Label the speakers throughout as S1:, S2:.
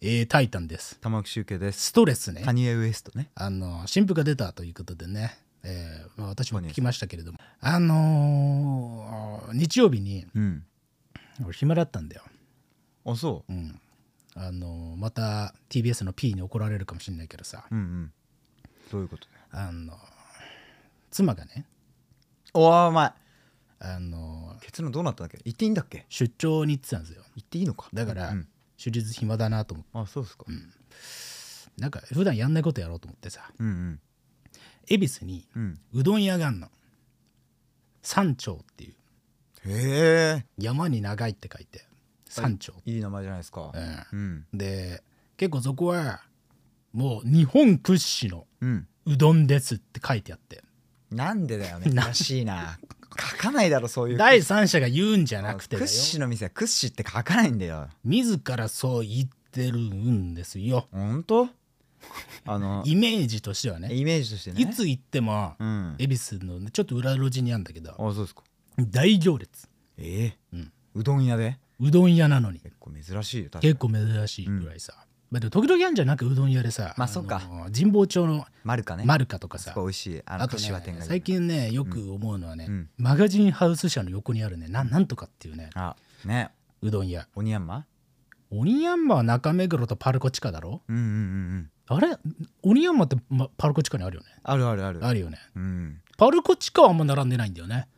S1: えータイタンです。
S2: 玉置周慶です。
S1: ストレスね。
S2: カニエウエストね。
S1: あの新婦が出たということでね、えーまあ、私も聞きましたけれどもあのー日曜日に
S2: うん。
S1: 俺暇だったんだよ、
S2: あ、そ
S1: うんあのーまた TBS の P に怒られるかもしれないけどさ
S2: う。うんうん。どういうことね。
S1: あのー妻がね、
S2: おー、お前。
S1: あのー
S2: 結論どうなったんだっけ言っていいんだっけ
S1: 出張に行ってたんですよ
S2: 言っていいのか。
S1: だから、
S2: うん
S1: 手術暇だなと思って
S2: あ、そうですか。うん
S1: なんか普段やんないことやろうと思ってさ
S2: うん。
S1: 恵比寿に
S2: うん。
S1: うどん屋があんの山頂っていう
S2: へえ。
S1: 山に長いって書いて山頂
S2: いい名前じゃないですか。うん。
S1: で結構そこはもう日本屈指の
S2: うん。
S1: うどんですって書いてあって
S2: なんでだよね。
S1: な
S2: らしいな。書かないだろ、そういう。
S1: 第三者が言うんじゃなくてだよ
S2: 屈指の店は屈指って書かないんだよ。
S1: 自らそう言ってるんですよ
S2: ほんとあの、
S1: イメージとしてはね
S2: イメージとしてね。
S1: いつ行っても
S2: うん。
S1: 恵比寿のねちょっと裏路地にあるんだけ
S2: あ、
S1: ど
S2: そうですか。
S1: 大行列
S2: え
S1: う
S2: え。
S1: ん
S2: うどん屋で
S1: うどん屋なのに
S2: 結構珍しいよ、確かに
S1: 結構珍しいぐらいさ、まあ、でも時々あるんじゃんなくうどん屋でさ
S2: まあそうか
S1: の神保町の
S2: マルカね。
S1: マルカとか
S2: す
S1: さ
S2: ごい美味しい。あの、
S1: あと
S2: 柏店
S1: ね
S2: が有名
S1: 最。近ねよく思うのはね、
S2: うん
S1: マガジンハウス社の横にあるねなんなんとかっていうね
S2: あ、ね。
S1: うどん屋
S2: オニヤンマ
S1: 鬼ヤンマは中目黒とパルコ地下だろ
S2: うんうんうんうん。
S1: あれ鬼ヤンマって、ま、パルコ地下にあるよね
S2: あるあるある。
S1: あるよね
S2: うん。
S1: パルコ地下はあんま並んでないんだよね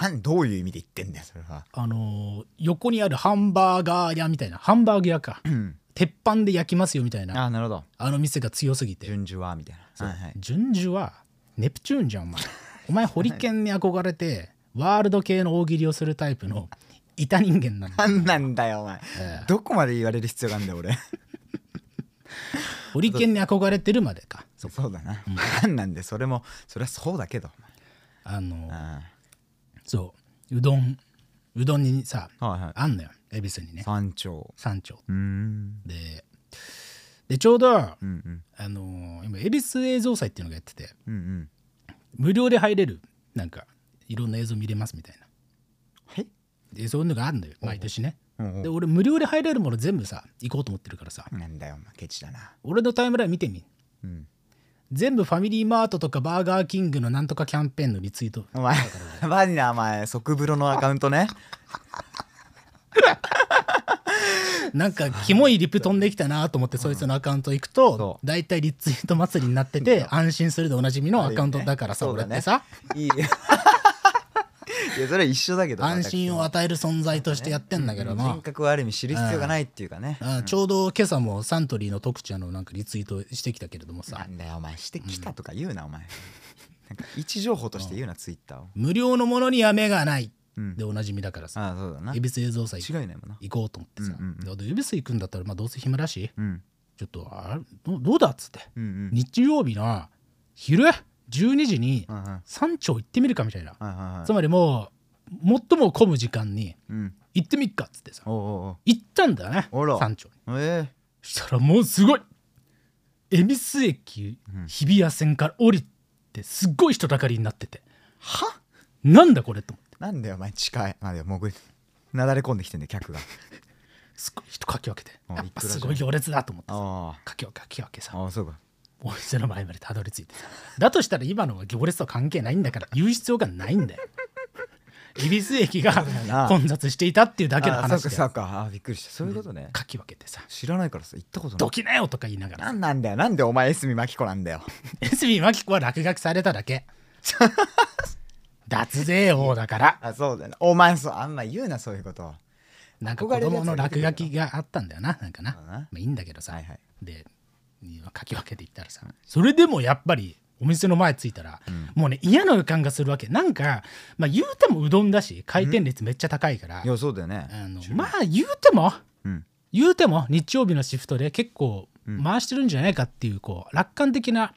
S2: なんどういう意味で言ってんだよ、それは。
S1: あのー横にあるハンバーガー屋みたいなハンバーグ屋か
S2: うん。
S1: 鉄板で焼きますよみたいな
S2: あ、なるほど。
S1: あの店が強すぎて
S2: 順序はみたいな。はいはい。
S1: 順次はネプチューンじゃんお前お前ホリケンに憧れてワールド系の大喜利をするタイプ の板人間なんだ
S2: なんなんだよ、お前
S1: ええ。
S2: どこまで言われる必要があるんだよ、俺。
S1: ホリケンに憧れてるまでか
S2: そうだな。なんなんで、それも、それはそうだけど。
S1: あの
S2: うんは
S1: そううどんうどんにさ
S2: いは
S1: あんのよ恵比寿に
S2: い。
S1: ね
S2: 山頂。
S1: 山頂
S2: うーん。
S1: ででちょうど、
S2: うんうん。
S1: あのー今恵比寿映像祭っていうのがやってて
S2: うんうん。
S1: 無料で入れるなんかいろんな映像見れますみたいな
S2: はい
S1: でそういうのがあるのよ毎年ね
S2: うんうん
S1: で俺無料で入れるもの全部さ行こうと思ってるからさ
S2: なんだよ、お前、ケチだな。
S1: 俺のタイムライン見てみ
S2: うん。
S1: 全部ファミリーマートとかバーガーキングのなんとかキャンペーンのリツイート
S2: お前、バニラ、お前、即風呂のアカウントね。
S1: なんかキモいリプ飛んできたなと思ってそいつのアカウント行くと
S2: そ
S1: 大体リツイート祭りになってて安心するでおなじみのアカウントだからさ
S2: そう
S1: 俺
S2: だ
S1: っ
S2: ね
S1: てさ
S2: いい。いや、それは一緒だけど。
S1: 安心を
S2: 私
S1: 与える存在としてやってんだけど
S2: も人
S1: も
S2: 格をある意味知る必要がないっていうかね。
S1: あちょうど今朝もサントリーの特茶のなんかリツイートしてきたけれども
S2: な
S1: さ
S2: んだよ、お前、してきたとか言うな、お前。なんか、位置情報として言うな、ツイッターを。
S1: 無料のものには目がない
S2: うん
S1: でおなじみだからさ
S2: ああ、そうだな。
S1: 恵比寿映像祭
S2: 違いないもんな。
S1: 行こうと思ってさ
S2: うんうんうん
S1: であと恵比寿行くんだったらまあどうせ暇だし
S2: うん。
S1: ちょっとあれどどうだっつって
S2: うんうん。
S1: 日曜日の昼12時に
S2: うんうんはい
S1: 山頂行ってみるかみたいな
S2: はいはい
S1: つまりもう最も混む時間に
S2: うん。
S1: 行ってみっかっつってさ
S2: おうおう
S1: 行ったんだよね
S2: あら
S1: 山頂に
S2: おう。ええ。
S1: そしたらもうすごい恵比寿駅
S2: うん
S1: 日比谷線から降りてすっごい人だかりになってて
S2: は
S1: なんだこれと思って
S2: なんだよ、お前、近い。まだよ、もう、なだれ込んできてんだよ、 客が。
S1: すごい人かき分けて
S2: あ
S1: やっぱ
S2: いくらじゃん
S1: すごい行列だと思ってさ
S2: あ
S1: かき分けかき分け
S2: あ。
S1: さ
S2: ああ、そうか。
S1: お店の前までたどり着いてさだとしたら今のは行列とは関係ないんだから言う必要がないんだよ 恵比寿駅が
S2: な
S1: 混雑していたっていうだけの
S2: ああ
S1: 話
S2: そう
S1: で
S2: か、そうか。ああ、びっくりした。そういうことね。
S1: かき分けてさ
S2: 知らないからさ、行ったこと
S1: 「
S2: ない
S1: ど。きなよ」とか言いながら
S2: なんなんだよなんでお前エスミマキコなんだよ
S1: エスビーマキコは落書きされただけ脱税王だから
S2: あそうだなお前そうあんま言うなそういうことは
S1: なんか子供の落書きがあったんだよななんかなまあいいんだけどさ、
S2: はいはい
S1: で書き分けていったらさそれでもやっぱりお店の前着いたら、もうね嫌な予感がするわけなんか、まあ、言うてもうどんだし回転率めっちゃ高いから、
S2: いやそうだよね
S1: あのまあ言うても
S2: うん
S1: 言うても日曜日のシフトで結構回してるんじゃないかっていうこう楽観的な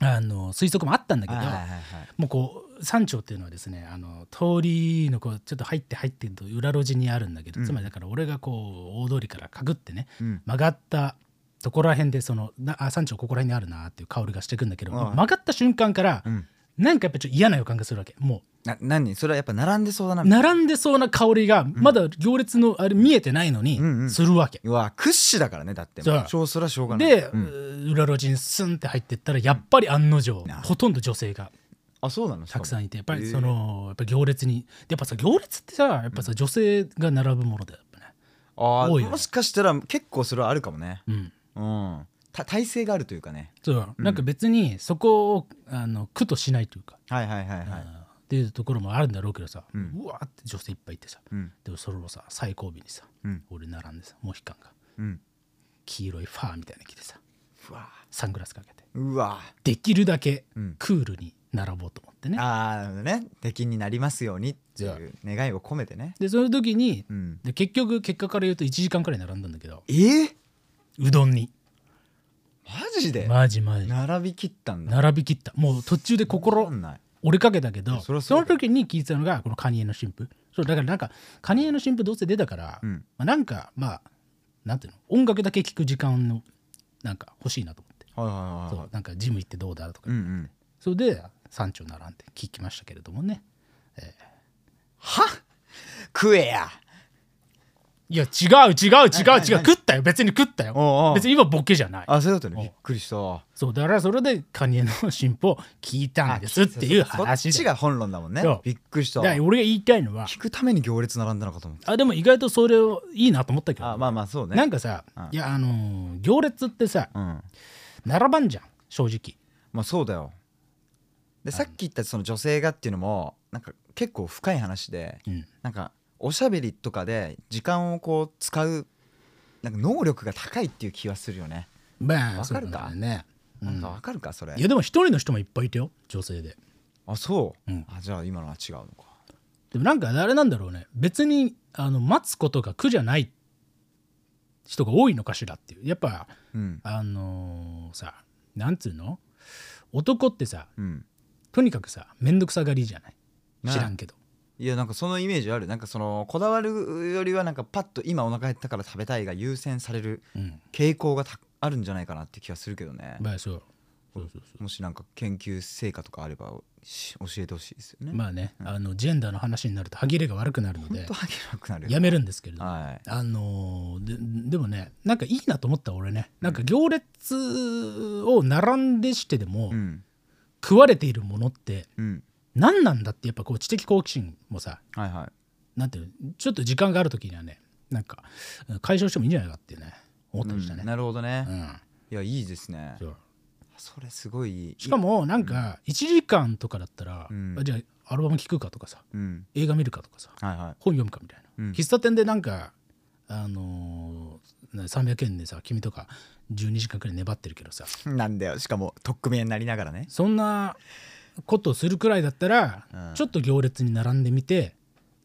S1: あの推測もあったんだけ
S2: はい
S1: ど、
S2: はいはいはい
S1: もうこう山頂っていうのはですねあの通りのこうちょっと入って入ってと裏路地にあるんだけど、つまりだから俺がこう大通りからかぐってね、
S2: うん
S1: 曲がったところら辺でそのなあ山頂ここら辺にあるなっていう香りがしてくんだけど、
S2: はい
S1: 曲がった瞬間から、
S2: うん
S1: なんかやっぱちょっと嫌な予感がするわけも
S2: な何それはやっぱ並んでそうだな
S1: う並んでそうな香りがまだ行列のあれ見えてないの
S2: うんう
S1: に
S2: ん
S1: するわけ、
S2: うわ屈指だからねだって
S1: そう
S2: そうそれはしょうがない
S1: で、
S2: うん
S1: 裏路地にスンって入ってったらやっぱり案の定、
S2: な
S1: ほとんど女性が
S2: あそうなのしか
S1: た
S2: も
S1: くさんいてやっぱ
S2: へ
S1: り
S2: え
S1: そのやっぱ行列にやっぱさ行列ってさやっぱさ、女性が並ぶものだよやっ多
S2: あー
S1: いよね
S2: もしかしたら結構それはあるかもね
S1: ぱねうん
S2: うんた体勢があるというかね
S1: そうなんか別にそこをあの苦としないというか、
S2: はいはいはいはい、
S1: うんっていうところもあるんだろうけどさ、うんわーって女性いっぱいいてさ、
S2: うん
S1: でもそれをさ最後尾にさ、
S2: うん
S1: 俺並んでさモヒカンが
S2: うん
S1: 黄色いファーみたいなの着てさ
S2: うわ
S1: サングラスかけて
S2: うわ
S1: できるだけ
S2: うん
S1: クールに並ぼうと思ってね、
S2: ああなるほどね敵になりますようにってい
S1: じゃあ
S2: う願いを込めてね
S1: でその時に、
S2: うん
S1: で結局結果から言うと1時間くらい並んだんだけど
S2: えー、
S1: うどんに
S2: マジで
S1: マジマジ
S2: 並び切ったんだ
S1: 並びきったもう途中で
S2: わ
S1: 心
S2: かんない
S1: 折れかけたけど
S2: そり
S1: そ
S2: ゃそうだ
S1: の時に聞いてたのがこのカニエの神父そうだからなんかカニエの神父どうせ出たから、
S2: うん
S1: まあ、なんかまあなんていうの音楽だけ聴く時間のなんか欲しいなと思って、
S2: はいはいはい
S1: そ
S2: は
S1: うなんかジム行ってどうだとか、
S2: いうんうん
S1: それで山頂並んで聞きましたけれどもね
S2: は食えや
S1: いや違う違う違う違う
S2: 何
S1: 食ったよ別に食ったよ
S2: おうおう
S1: 別に今ボケじゃない
S2: あそういうことね
S1: お
S2: びっくりした
S1: そうだからそれでカニエの神父を聞いたんですっていう話
S2: そっち
S1: で
S2: が本論だもんね
S1: そう
S2: びっくりした
S1: だから俺が言いたいのは
S2: 聞くために行列並んだのかと思った
S1: あでも意外とそれをいいなと思ったけど
S2: あまあまあそうね
S1: なんかさ、
S2: うん
S1: いやあのー行列ってさ
S2: うん
S1: 並ばんじゃん正直
S2: まあそうだよでさっき言ったその女性がっていうのもなんか結構深い話で
S1: うん
S2: なんかおしゃべりとかで時間をこう使うなんか能力が高いっていう気はするよね
S1: まあ
S2: わかるか
S1: そうだね、う
S2: なん
S1: ん
S2: かわかるかそれ
S1: いやでも一人の人もいっぱいいたよ女性で
S2: あそう、
S1: うん
S2: あじゃあ今のは違うのか
S1: でもなんかあれなんだろうね別にあの待つことが苦じゃない人が多いのかしらっていうやっぱ
S2: うん
S1: あのーさなんつうの男ってさ
S2: うん
S1: とにかくさ面倒くさがりじゃない
S2: ね
S1: 知らんけど、
S2: いやなんかそのイメージあるなんかそのこだわるよりはなんかパッと今お腹減ったから食べたいが優先される
S1: うん
S2: 傾向がたあるんじゃないかなって気がするけどね
S1: まあそうそうそうそう
S2: もしなんか研究成果とかあればし教えてほしいですよね、
S1: まあね、あのジェンダーの話になると歯切れが悪くなるの
S2: ほん
S1: で
S2: と吐けなくなるよ
S1: やめるんですけれども、
S2: はい
S1: あのーででもねなんかいいなと思った俺ねなんか行列を並んでしてでも、
S2: うん
S1: 食われているものって
S2: うん
S1: 何なんだってやっぱこう知的好奇心もさ
S2: はいはい
S1: なんていうのちょっと時間がある時にはねなんか解消してもいいんじゃないかっていうね思ったりした
S2: う
S1: ね
S2: ん、なるほどね、
S1: うん
S2: いやいいですね
S1: そう
S2: それすごいいい
S1: しかもなんか1時間とかだったら、
S2: うん
S1: あじゃあアルバム聴くかとかさ
S2: うん
S1: 映画見るかとかさ
S2: はいはい
S1: 本読むかみたいな、
S2: うん
S1: 喫茶店でなんかあのーな300円でさ君とか12時間くらい粘ってるけどさ
S2: なんだよしかも取っ組み合いになりながらね
S1: そんなことをするくらいだったら、
S2: うん
S1: ちょっと行列に並んでみて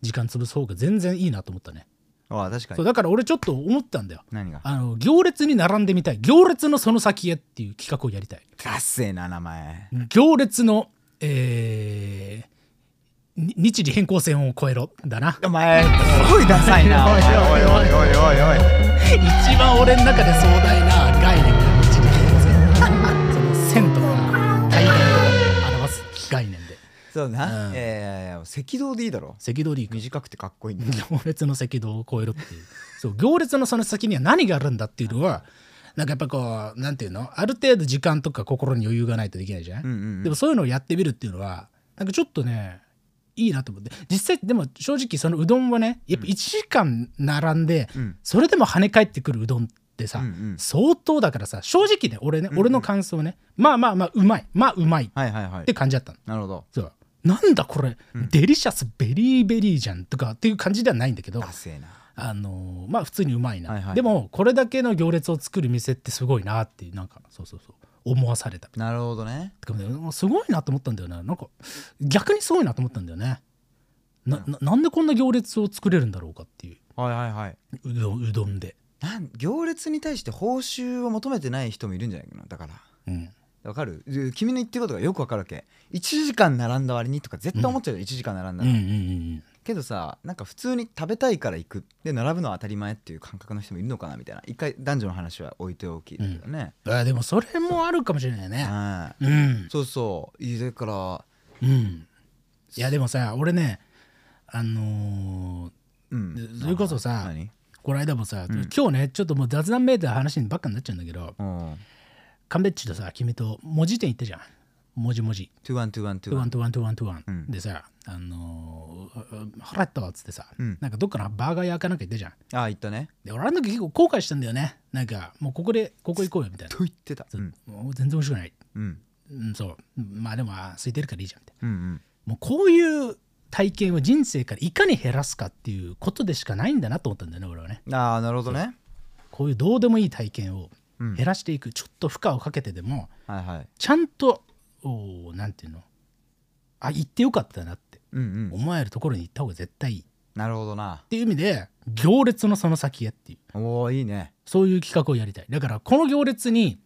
S1: 時間潰す方が全然いいなと思ったね、
S2: ああ確か
S1: そう
S2: に
S1: だから俺ちょっと思ったんだよ
S2: 何が
S1: あの行列に並んでみたい行列のその先へっていう企画をやりたい
S2: ダッセーな名前
S1: 行列のえーに日時変更線を越えろだな
S2: お前すごいダサいなおいおいおいおいおいおい
S1: 一番俺の中で壮大な概念が日時変更線その線とか体験を表す概念で
S2: そうな、
S1: うん
S2: いやいやいや赤道でいいだろ
S1: 赤道リーグ
S2: 短くてかっこいいんだ
S1: 行列の赤道を越えろっていうそう行列のその先には何があるんだっていうのはなんかやっぱこうなんていうのある程度時間とか心に余裕がないとできないじゃない、
S2: うんうん
S1: でもそういうのをやってみるっていうのはなんかちょっとねいいなと思って実際でも正直そのうどんはねやっぱ1時間並んで、
S2: うん
S1: それでも跳ね返ってくるうどんってさ、
S2: うんうん
S1: 相当だからさ正直ね俺ね、俺の感想ねまあまあまあうまいまあうまいっ
S2: はいはいはい
S1: て感じだったの。
S2: なるほど
S1: そうなんだこれ、デリシャスベリーベリーじゃんとかっていう感じではないんだけど
S2: ダセーな
S1: あのーまあ普通にうまいな、
S2: はいはい
S1: でもこれだけの行列を作る店ってすごいなっていうなんかそうそうそう思わされた
S2: なるほどね
S1: てかねすごいなと思ったんだよねなんか逆にすごいなと思ったんだよねなななんでこんな行列を作れるんだろうかっていう
S2: はいはいはいう
S1: どんうどんで、
S2: なん行列に対して報酬を求めてない人もいるんじゃないかなだから
S1: うん、
S2: わかるで君の言ってることがよくわかるわけ1時間並んだ割にとか絶対思っちゃうよ、1時間並ん
S1: う
S2: だ
S1: んう
S2: ら、
S1: んうん
S2: けどさなんか普通に食べたいから行くで並ぶのは当たり前っていう感覚の人もいるのかなみたいな一回男女の話は置いておきだけどね、
S1: うんあでもそれもあるかもしれないね
S2: はい
S1: うん
S2: そうそういやだから
S1: うんいやでもさ俺ねあの
S2: うん
S1: それこそさ
S2: 何
S1: ーこの間もさ、今日ねちょっともう雑談メーター話にばっかになっちゃうんだけど
S2: うん
S1: カンベッチとさ君と文字店行ったじゃん文字文字トゥワ
S2: 212121
S1: ントゥワントゥワントゥワン
S2: ん
S1: でさあのー腹減ったわっつってさ、
S2: うん
S1: なんかどっかのバーガー屋かなんか行ったじゃん
S2: ああ言ったね
S1: で俺あの時結構後悔したんだよねなんかもうここでここ行こうよみたいな
S2: と言ってたうん
S1: もう全然面白くない、
S2: うん
S1: うん、そうまあでもあー空いてるからいいじゃんみたいな
S2: うんうん
S1: もうこういう体験を人生からいかに減らすかっていうことでしかないんだなと思ったんだよね俺はね
S2: ああなるほどね
S1: こういうどうでもいい体験を
S2: うん
S1: 減らしていく、ちょっと負荷をかけてでも
S2: はいはい
S1: ちゃんとおーなんていうのあ行ってよかったなって
S2: うんうん
S1: 思えるところに行った方が絶対いいっ
S2: なるほどな
S1: ていう意味で行列のその先へっていう
S2: おおいいね
S1: そういう企画をやりたいだからこの行列に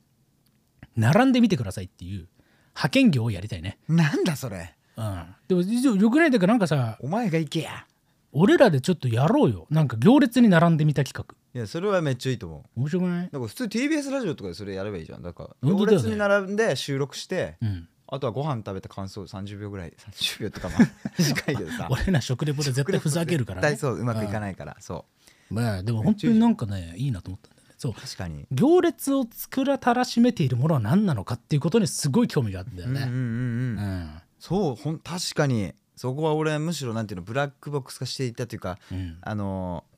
S1: 並んでみてくださいっていう派遣業をやりたいね
S2: なんだそれ
S1: うんでも以上よくないだからなんかさ
S2: お前が行けや
S1: 俺らでちょっとやろうよなんか行列に並んでみた企画
S2: いやそれはめっちゃいいと思う
S1: 面白くない
S2: だから普通 TBS ラジオとかでそれやればいいじゃんだから
S1: 本当
S2: 行
S1: だよね
S2: 列に並んで収録して
S1: うん
S2: あとはご飯食べた感想30秒ぐらい30秒とかまあ 短いけどさ
S1: 俺ら食レポで絶対ふざけるからね
S2: 絶対そううまくいかないからそ
S1: まあでも本当になんかねいいなと思ったんだよねそう
S2: う確かに
S1: 行列を作らたらしめているものは何なのかっていうことにすごい興味があったんだよ
S2: うん
S1: ね
S2: うんうん
S1: う
S2: うん
S1: ん
S2: そうほん確かにそこは俺むしろなんていうのブラックボックス化していたというか
S1: うん
S2: あのー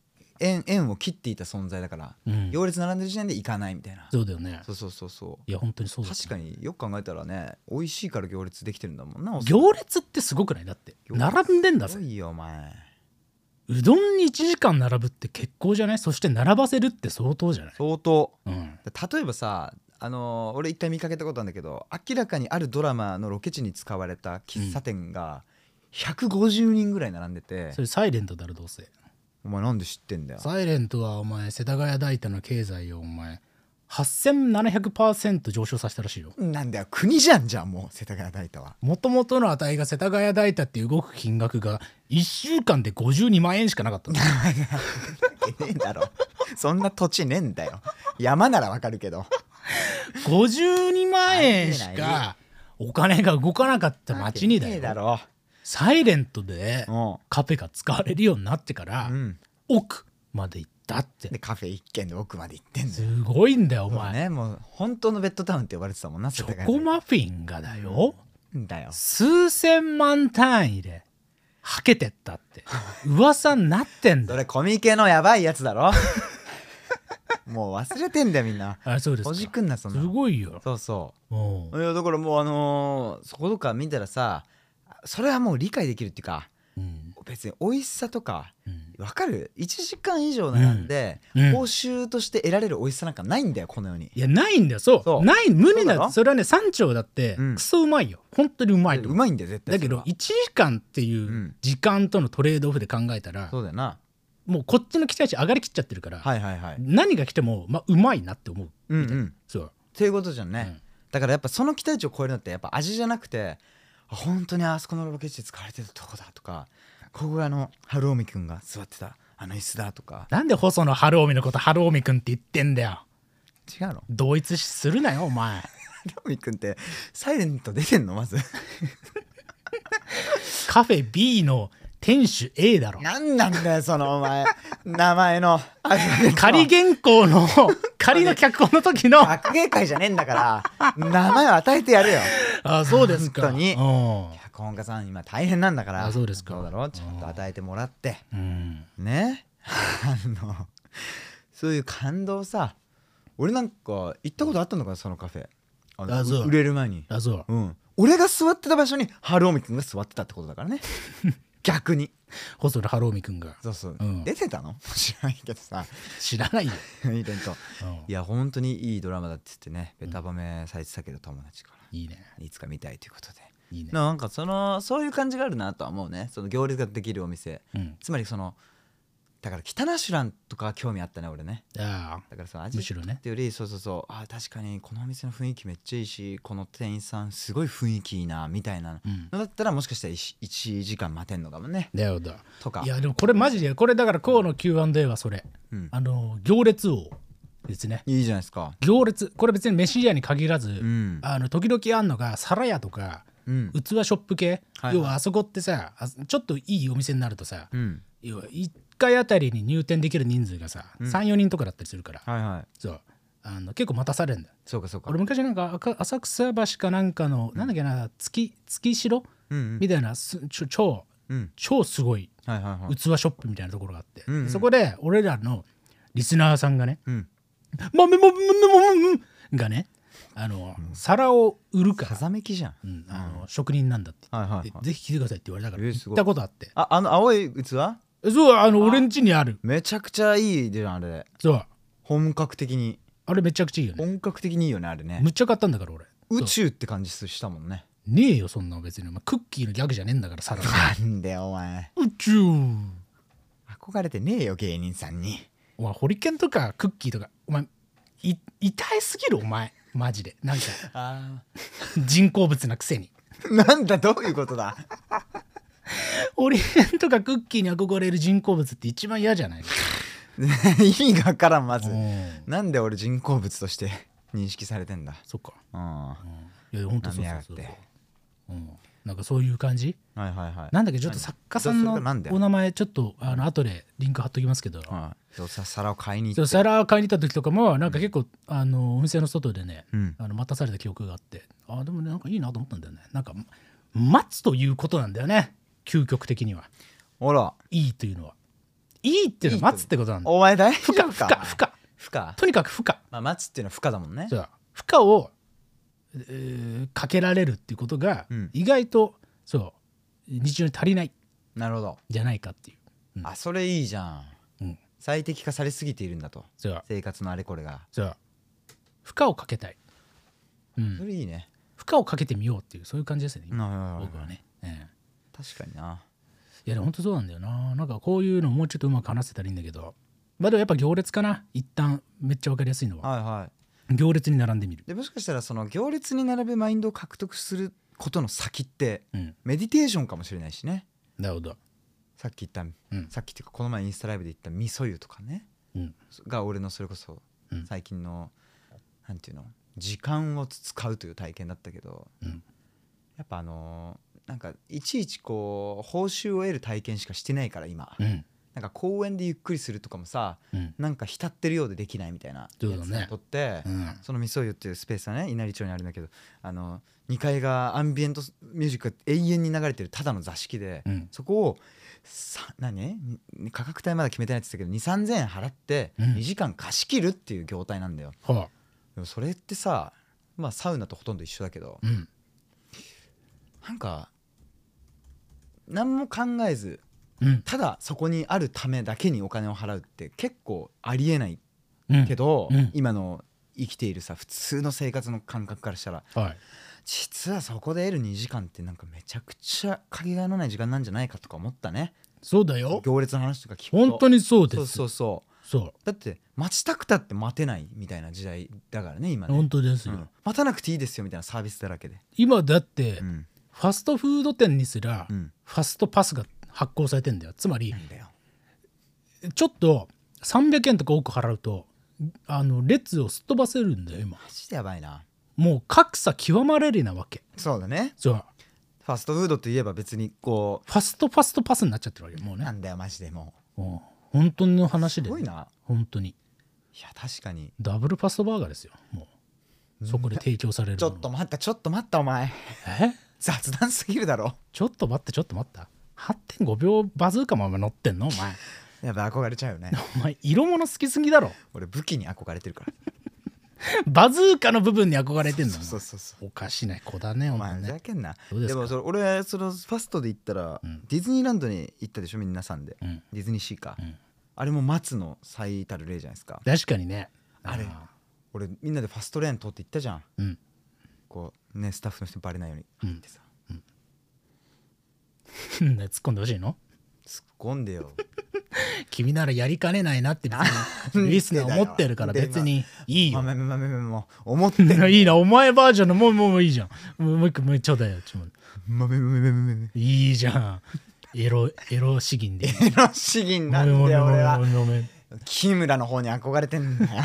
S2: 縁縁を切っていた存在だから
S1: うん
S2: 行列並んでる時点で行かないみたいな
S1: そうだよね
S2: そうそうそうそう
S1: いや本当にそうだ
S2: 確かによく考えたらね美味しいから行列できてるんだもんなおそらく
S1: 行列ってすごくないだって
S2: 行列
S1: 並んでんだぜ
S2: すごいよお前
S1: うどんに1時間並ぶって結構じゃないそして並ばせるって相当じゃない
S2: 相当
S1: うん
S2: 例えばさあのー俺一回見かけたことあるんだけど明らかにあるドラマのロケ地に使われた喫茶店が150人ぐらい並んでて、
S1: それサイレントだろどうせ
S2: お前なんで知ってんだよ
S1: サイレントはお前世田谷大田の経済をお前8700%上昇させたらしいよ
S2: なんだよ国じゃんじゃんもう世田谷大田は
S1: もともとの値が世田谷大田っていう動く金額が1週間で52万円しかなか ったの
S2: いけねえだろそんな土地ねえんだよ山ならわかるけど
S1: 52万円しかお金が動かなかった町にだ
S2: ねえ
S1: よ
S2: だろ
S1: サイレントで
S2: うん
S1: カフェが使われるようになってから、
S2: うん
S1: 奥まで行ったって
S2: でカフェ一軒で奥まで行ってんだよ
S1: すごいんだよお
S2: そう
S1: 前、
S2: ねもう本当のベッドタウンって呼ばれてたもんな
S1: チ
S2: 世田
S1: ョコ
S2: 谷
S1: マフィンがだよ
S2: んだよ
S1: 数千万単位ではけてった って噂になってん
S2: そ
S1: だよ
S2: れコミケのやばいやつだろ もう忘れてんだよみんな
S1: あそうです
S2: ほ
S1: か
S2: じ
S1: す
S2: くんなそんなの
S1: ごいよ
S2: そうそ
S1: おう
S2: ういやだからもうあのーそことか見たらさそれはもう理解できるっていうか
S1: うん
S2: 別に美味しさとか
S1: うん
S2: わかる1時間以上並んで、
S1: うんうん
S2: 報酬として得られる美味しさなんかないんだよこの世に
S1: いやないんだよそう
S2: そう
S1: ない無理
S2: そ
S1: だ
S2: うだ
S1: よ
S2: ろ
S1: それはね山頂だって
S2: うん
S1: クソうまいよ本当にうまいと
S2: う
S1: 思う
S2: まいんだよ絶対
S1: だけど1時間っていうん時間とのトレードオフで考えたら
S2: それはそうだよな
S1: もうこっちの期待値上がりきっちゃってるから
S2: はいはいはい
S1: 何が来てもまあうまいなって思う
S2: うんうん
S1: そう
S2: っていうことじゃんね、
S1: うん
S2: だからやっぱその期待値を超えるのってやっぱ味じゃなくてあ本当にあそこのロケ地で使われてるとこだとかここがあの春臣くんが座ってたあの椅子だとか
S1: なんで細野晴臣のこと晴臣くんって言ってんだよ
S2: 違うの
S1: 同一視するなよお前
S2: 春臣くんってサイレント出てんのまず
S1: カフェ B の店主 A だろ
S2: 何なんだよそのお前名前のあ
S1: 仮原稿 の仮の脚本の時のあ
S2: 学芸会じゃねえんだから名前を与えてやるよ
S1: そうですか
S2: 本当に
S1: うん
S2: 脚本家さん今大変なんだから
S1: あそうですか
S2: だろちゃんと与えてもらって
S1: うん
S2: ね あのそういう感動さ俺なんか行ったことあったのかなそのカフェあの
S1: あそう
S2: 売れる前に、
S1: あそう
S2: うん、俺が座ってた場所に春臣くんが座ってたってことだか らね逆に
S1: 細野晴臣くんが
S2: そうそう、
S1: うん
S2: 出てたの 知らないけどさ
S1: 知らないよ、
S2: イベント
S1: うん
S2: いや本当にいいドラマだって言ってねベタバメされてたけど友達から
S1: いいね
S2: いつか見たいということで
S1: いいね
S2: なんかそのそういう感じがあるなとは思うねその行列ができるお店
S1: うん
S2: つまりそのだから北ナシュランとか興味あったね俺ね
S1: あ
S2: だからその
S1: あ
S2: 味
S1: む
S2: っ
S1: してろね
S2: より、そうそうそうあー確かにこのお店の雰囲気めっちゃいいしこの店員さんすごい雰囲気いいなみたいな
S1: うん
S2: のだったらもしかしたら 1, 時間待てんのかもね
S1: だよだ
S2: とか
S1: いやでもこれマジでこれだから今日の Q&A はそれ、
S2: うん
S1: あの行列王ですね
S2: いいじゃないですか
S1: 行列これ別に飯屋に限らず、
S2: うん
S1: あの時々あんのが皿屋とか
S2: うん
S1: 器ショップ系、
S2: はいはい
S1: 要はあそこってさあちょっといいお店になるとさ、
S2: うん
S1: 要は1回あたりに入店できる人数がさ、34人とかだったりするから、
S2: はいはい
S1: そうあの結構待たされるんだよ
S2: そうかそうか
S1: 俺昔なんか赤浅草橋かなんかの、なんだっけな月月城
S2: うんうん
S1: みたいなすちょ超
S2: うん
S1: 超すごい
S2: はいはいはい
S1: 器ショップみたいなところがあって、
S2: うんうん
S1: そこで俺らのリスナーさんがね
S2: うん
S1: 「豆もむむむむ」がねあの、皿を売るから、
S2: 風向きじゃん
S1: うんあの職人なんだって
S2: はいはいはい
S1: でぜひ来てくださいって言われたから
S2: えー
S1: 行
S2: すご
S1: っ
S2: い
S1: たことあって
S2: ああの青い器
S1: えそうあの俺ん家にある
S2: めちゃくちゃいいじゃんあれ
S1: そう
S2: 本格的に
S1: あれめちゃくちゃいいよね
S2: 本格的にいいよねあれね
S1: むっちゃ買ったんだから俺
S2: 宇宙って感じしたもんね
S1: ねえよそんなの別に、お前クッキーのギャグじゃねえんだから 皿
S2: なんだよお前
S1: 宇宙
S2: 憧れてねえよ芸人さんに
S1: お前ホリケンとかクッキーとかお前い痛いすぎるお前マジでなんか
S2: あ
S1: 人工物なくせに
S2: なんだどういうこ とだ
S1: ホリケンとかクッキーに憧れる人工物って一番嫌じゃない
S2: 意味がわからんま
S1: う
S2: ず
S1: ん
S2: なんで俺人工物として 認識されてんだ
S1: そっか、
S2: うんは
S1: うん、いや本当そうそうそう
S2: 舐めやがって
S1: うん、なんかそういう感じ
S2: いはいはい
S1: なんだっけちょっと作家さんの
S2: どうするなんだよ
S1: お名前ちょっとあの後でリンク貼っときますけど
S2: はいどうせ皿を買いに
S1: そう
S2: 行って
S1: 皿買いに行った時とかもなんか結構あのお店の外でね
S2: うん
S1: あの待たされた記憶があってあでもねなんかいいなと思ったんだよねなんか待つということなんだよね究極的には
S2: ほら
S1: いいというのはいいっていうのは待つってことなんだよ
S2: お前大丈
S1: 負荷
S2: 夫
S1: 負
S2: か
S1: 荷負荷
S2: 負荷
S1: とにかく負荷
S2: まあ待つっていうのは負荷だもんね
S1: そう負荷を、えーかけられるっていうことが
S2: うん
S1: 意外とそう日常に足りないん
S2: なるほど
S1: じゃないかっていううん
S2: あそれいいじゃん、
S1: うん
S2: 最適化されすぎているんだと
S1: そう
S2: 生活のあれこれが、
S1: そう負荷をかけたい、うん
S2: そ、れいいね
S1: 負荷をかけてみようっていうそういう感じですよね今僕
S2: 僕
S1: はね、ええ
S2: 確かにない
S1: やでも本当そうなんだよななんかこういうのもうちょっとうまく話せたらいいんだけどまあでもやっぱ行列かな一旦めっちゃ分かりやすいのは
S2: はいはい
S1: 行列に並んでみる
S2: でもしかしたらその行列に並ぶマインドを獲得することの先って
S1: うん
S2: メディテーションかもしれないしね
S1: なるほど
S2: さっき言った、
S1: うん
S2: さっきっていうかこの前インスタライブで言った味噌湯とかね
S1: うん
S2: が俺のそれこそ
S1: うん
S2: 最近の、なんていうの時間を使うという体験だったけど
S1: うん
S2: やっぱあのーなんかいちいちこう報酬を得る体験しかしてないから今、
S1: うん
S2: なんか公園でゆっくりするとかもさ
S1: うん
S2: なんか浸ってるようでできないみたいな
S1: そうだね
S2: とって、
S1: うん
S2: その味噌湯っていうスペースはね稲荷町にあるんだけどあの2階がアンビエントミュージックが永遠に流れてるただの座敷で、
S1: うん
S2: そこをさ何価格帯まだ決めてないって言ってたけど2 3 0 0 0円払って
S1: うん
S2: 2時間貸し切るっていう業態なんだよ、
S1: はあ
S2: でもそれってさまあサウナとほとんど一緒だけど
S1: うん
S2: なんか何も考えず
S1: うん
S2: ただそこにあるためだけにお金を払うって結構ありえない
S1: うん
S2: けど、
S1: うんうん
S2: 今の生きているさ普通の生活の感覚からしたら
S1: はい
S2: 実はそこで得る2時間ってなんかめちゃくちゃかけがえのない時間なんじゃないかとか思ったね
S1: そうだよ
S2: 行列の話とか聞くと
S1: 本当にそうです
S2: そうそうそう
S1: そう
S2: だって待ちたくたって待てないみたいな時代だからね今ね
S1: 本当ですよ、
S2: うん待たなくていいですよみたいなサービスだらけで、
S1: 今だって、
S2: うん
S1: ファストフード店にすら、
S2: うん
S1: ファストパスが発行されてんだよつまり
S2: なんだよ
S1: ちょっと300円とか多く払うとあの列をすっ飛ばせるんだよ今
S2: マジでやばいな
S1: もう格差極まれりなわけ
S2: そうだね
S1: そう
S2: ファストフードといえば別にこ
S1: ファストファストパスになっちゃってるわけもう
S2: うな
S1: ね
S2: んだよマジでも
S1: うん本当の話
S2: うす
S1: で、
S2: ごい
S1: ね、
S2: な
S1: 本当に
S2: いや確かに
S1: ダブルファストバーガーですよもうそこで提供される
S2: ちょ
S1: もの
S2: っと待ったちょっと待ったお前
S1: え
S2: 雑談すぎるだろ
S1: ちょっと待ってちょっと待った8.5秒バズーカもお前乗ってんのお前
S2: やっぱ憧れちゃうよ ね
S1: お前色物好きすぎだろ
S2: 俺武器に憧れてるから
S1: バズーカの部分に憧れてんの
S2: そうそうそうそう
S1: おかしな子だねお
S2: お
S1: 前
S2: 前ふ
S1: ね
S2: ざけんな
S1: どうですか
S2: もそれ俺そのファストで行ったら、
S1: ん
S2: ディズニーランドに行ったでしょ皆さんで、
S1: うん
S2: ディズニーシーか、
S1: うん
S2: あれも松の最たる例じゃないですか
S1: 確かにね
S2: あれ俺みんなでファストレーン通って行ったじゃん
S1: うん
S2: こうねスタッフの人にバレないように
S1: うん
S2: 入ってさ、
S1: うん 突っ込んでほしいの
S2: 突っ込んでよ
S1: 君ならやりかねないなって別
S2: ん
S1: にリスナー思ってるから
S2: でだよ
S1: 別にいい
S2: まあ
S1: よ。
S2: まあまあまあまあまあ思って
S1: いいなお前バージョンのもうもうもういいじゃん。もうもう一個もうちょうだいよ。ちょう
S2: まあまあまあまあまあまあ
S1: いいじゃん。エロエロ詩吟で。
S2: エロ詩吟なんだよ俺は
S1: ごめん
S2: 木村の方に憧れ てんだよ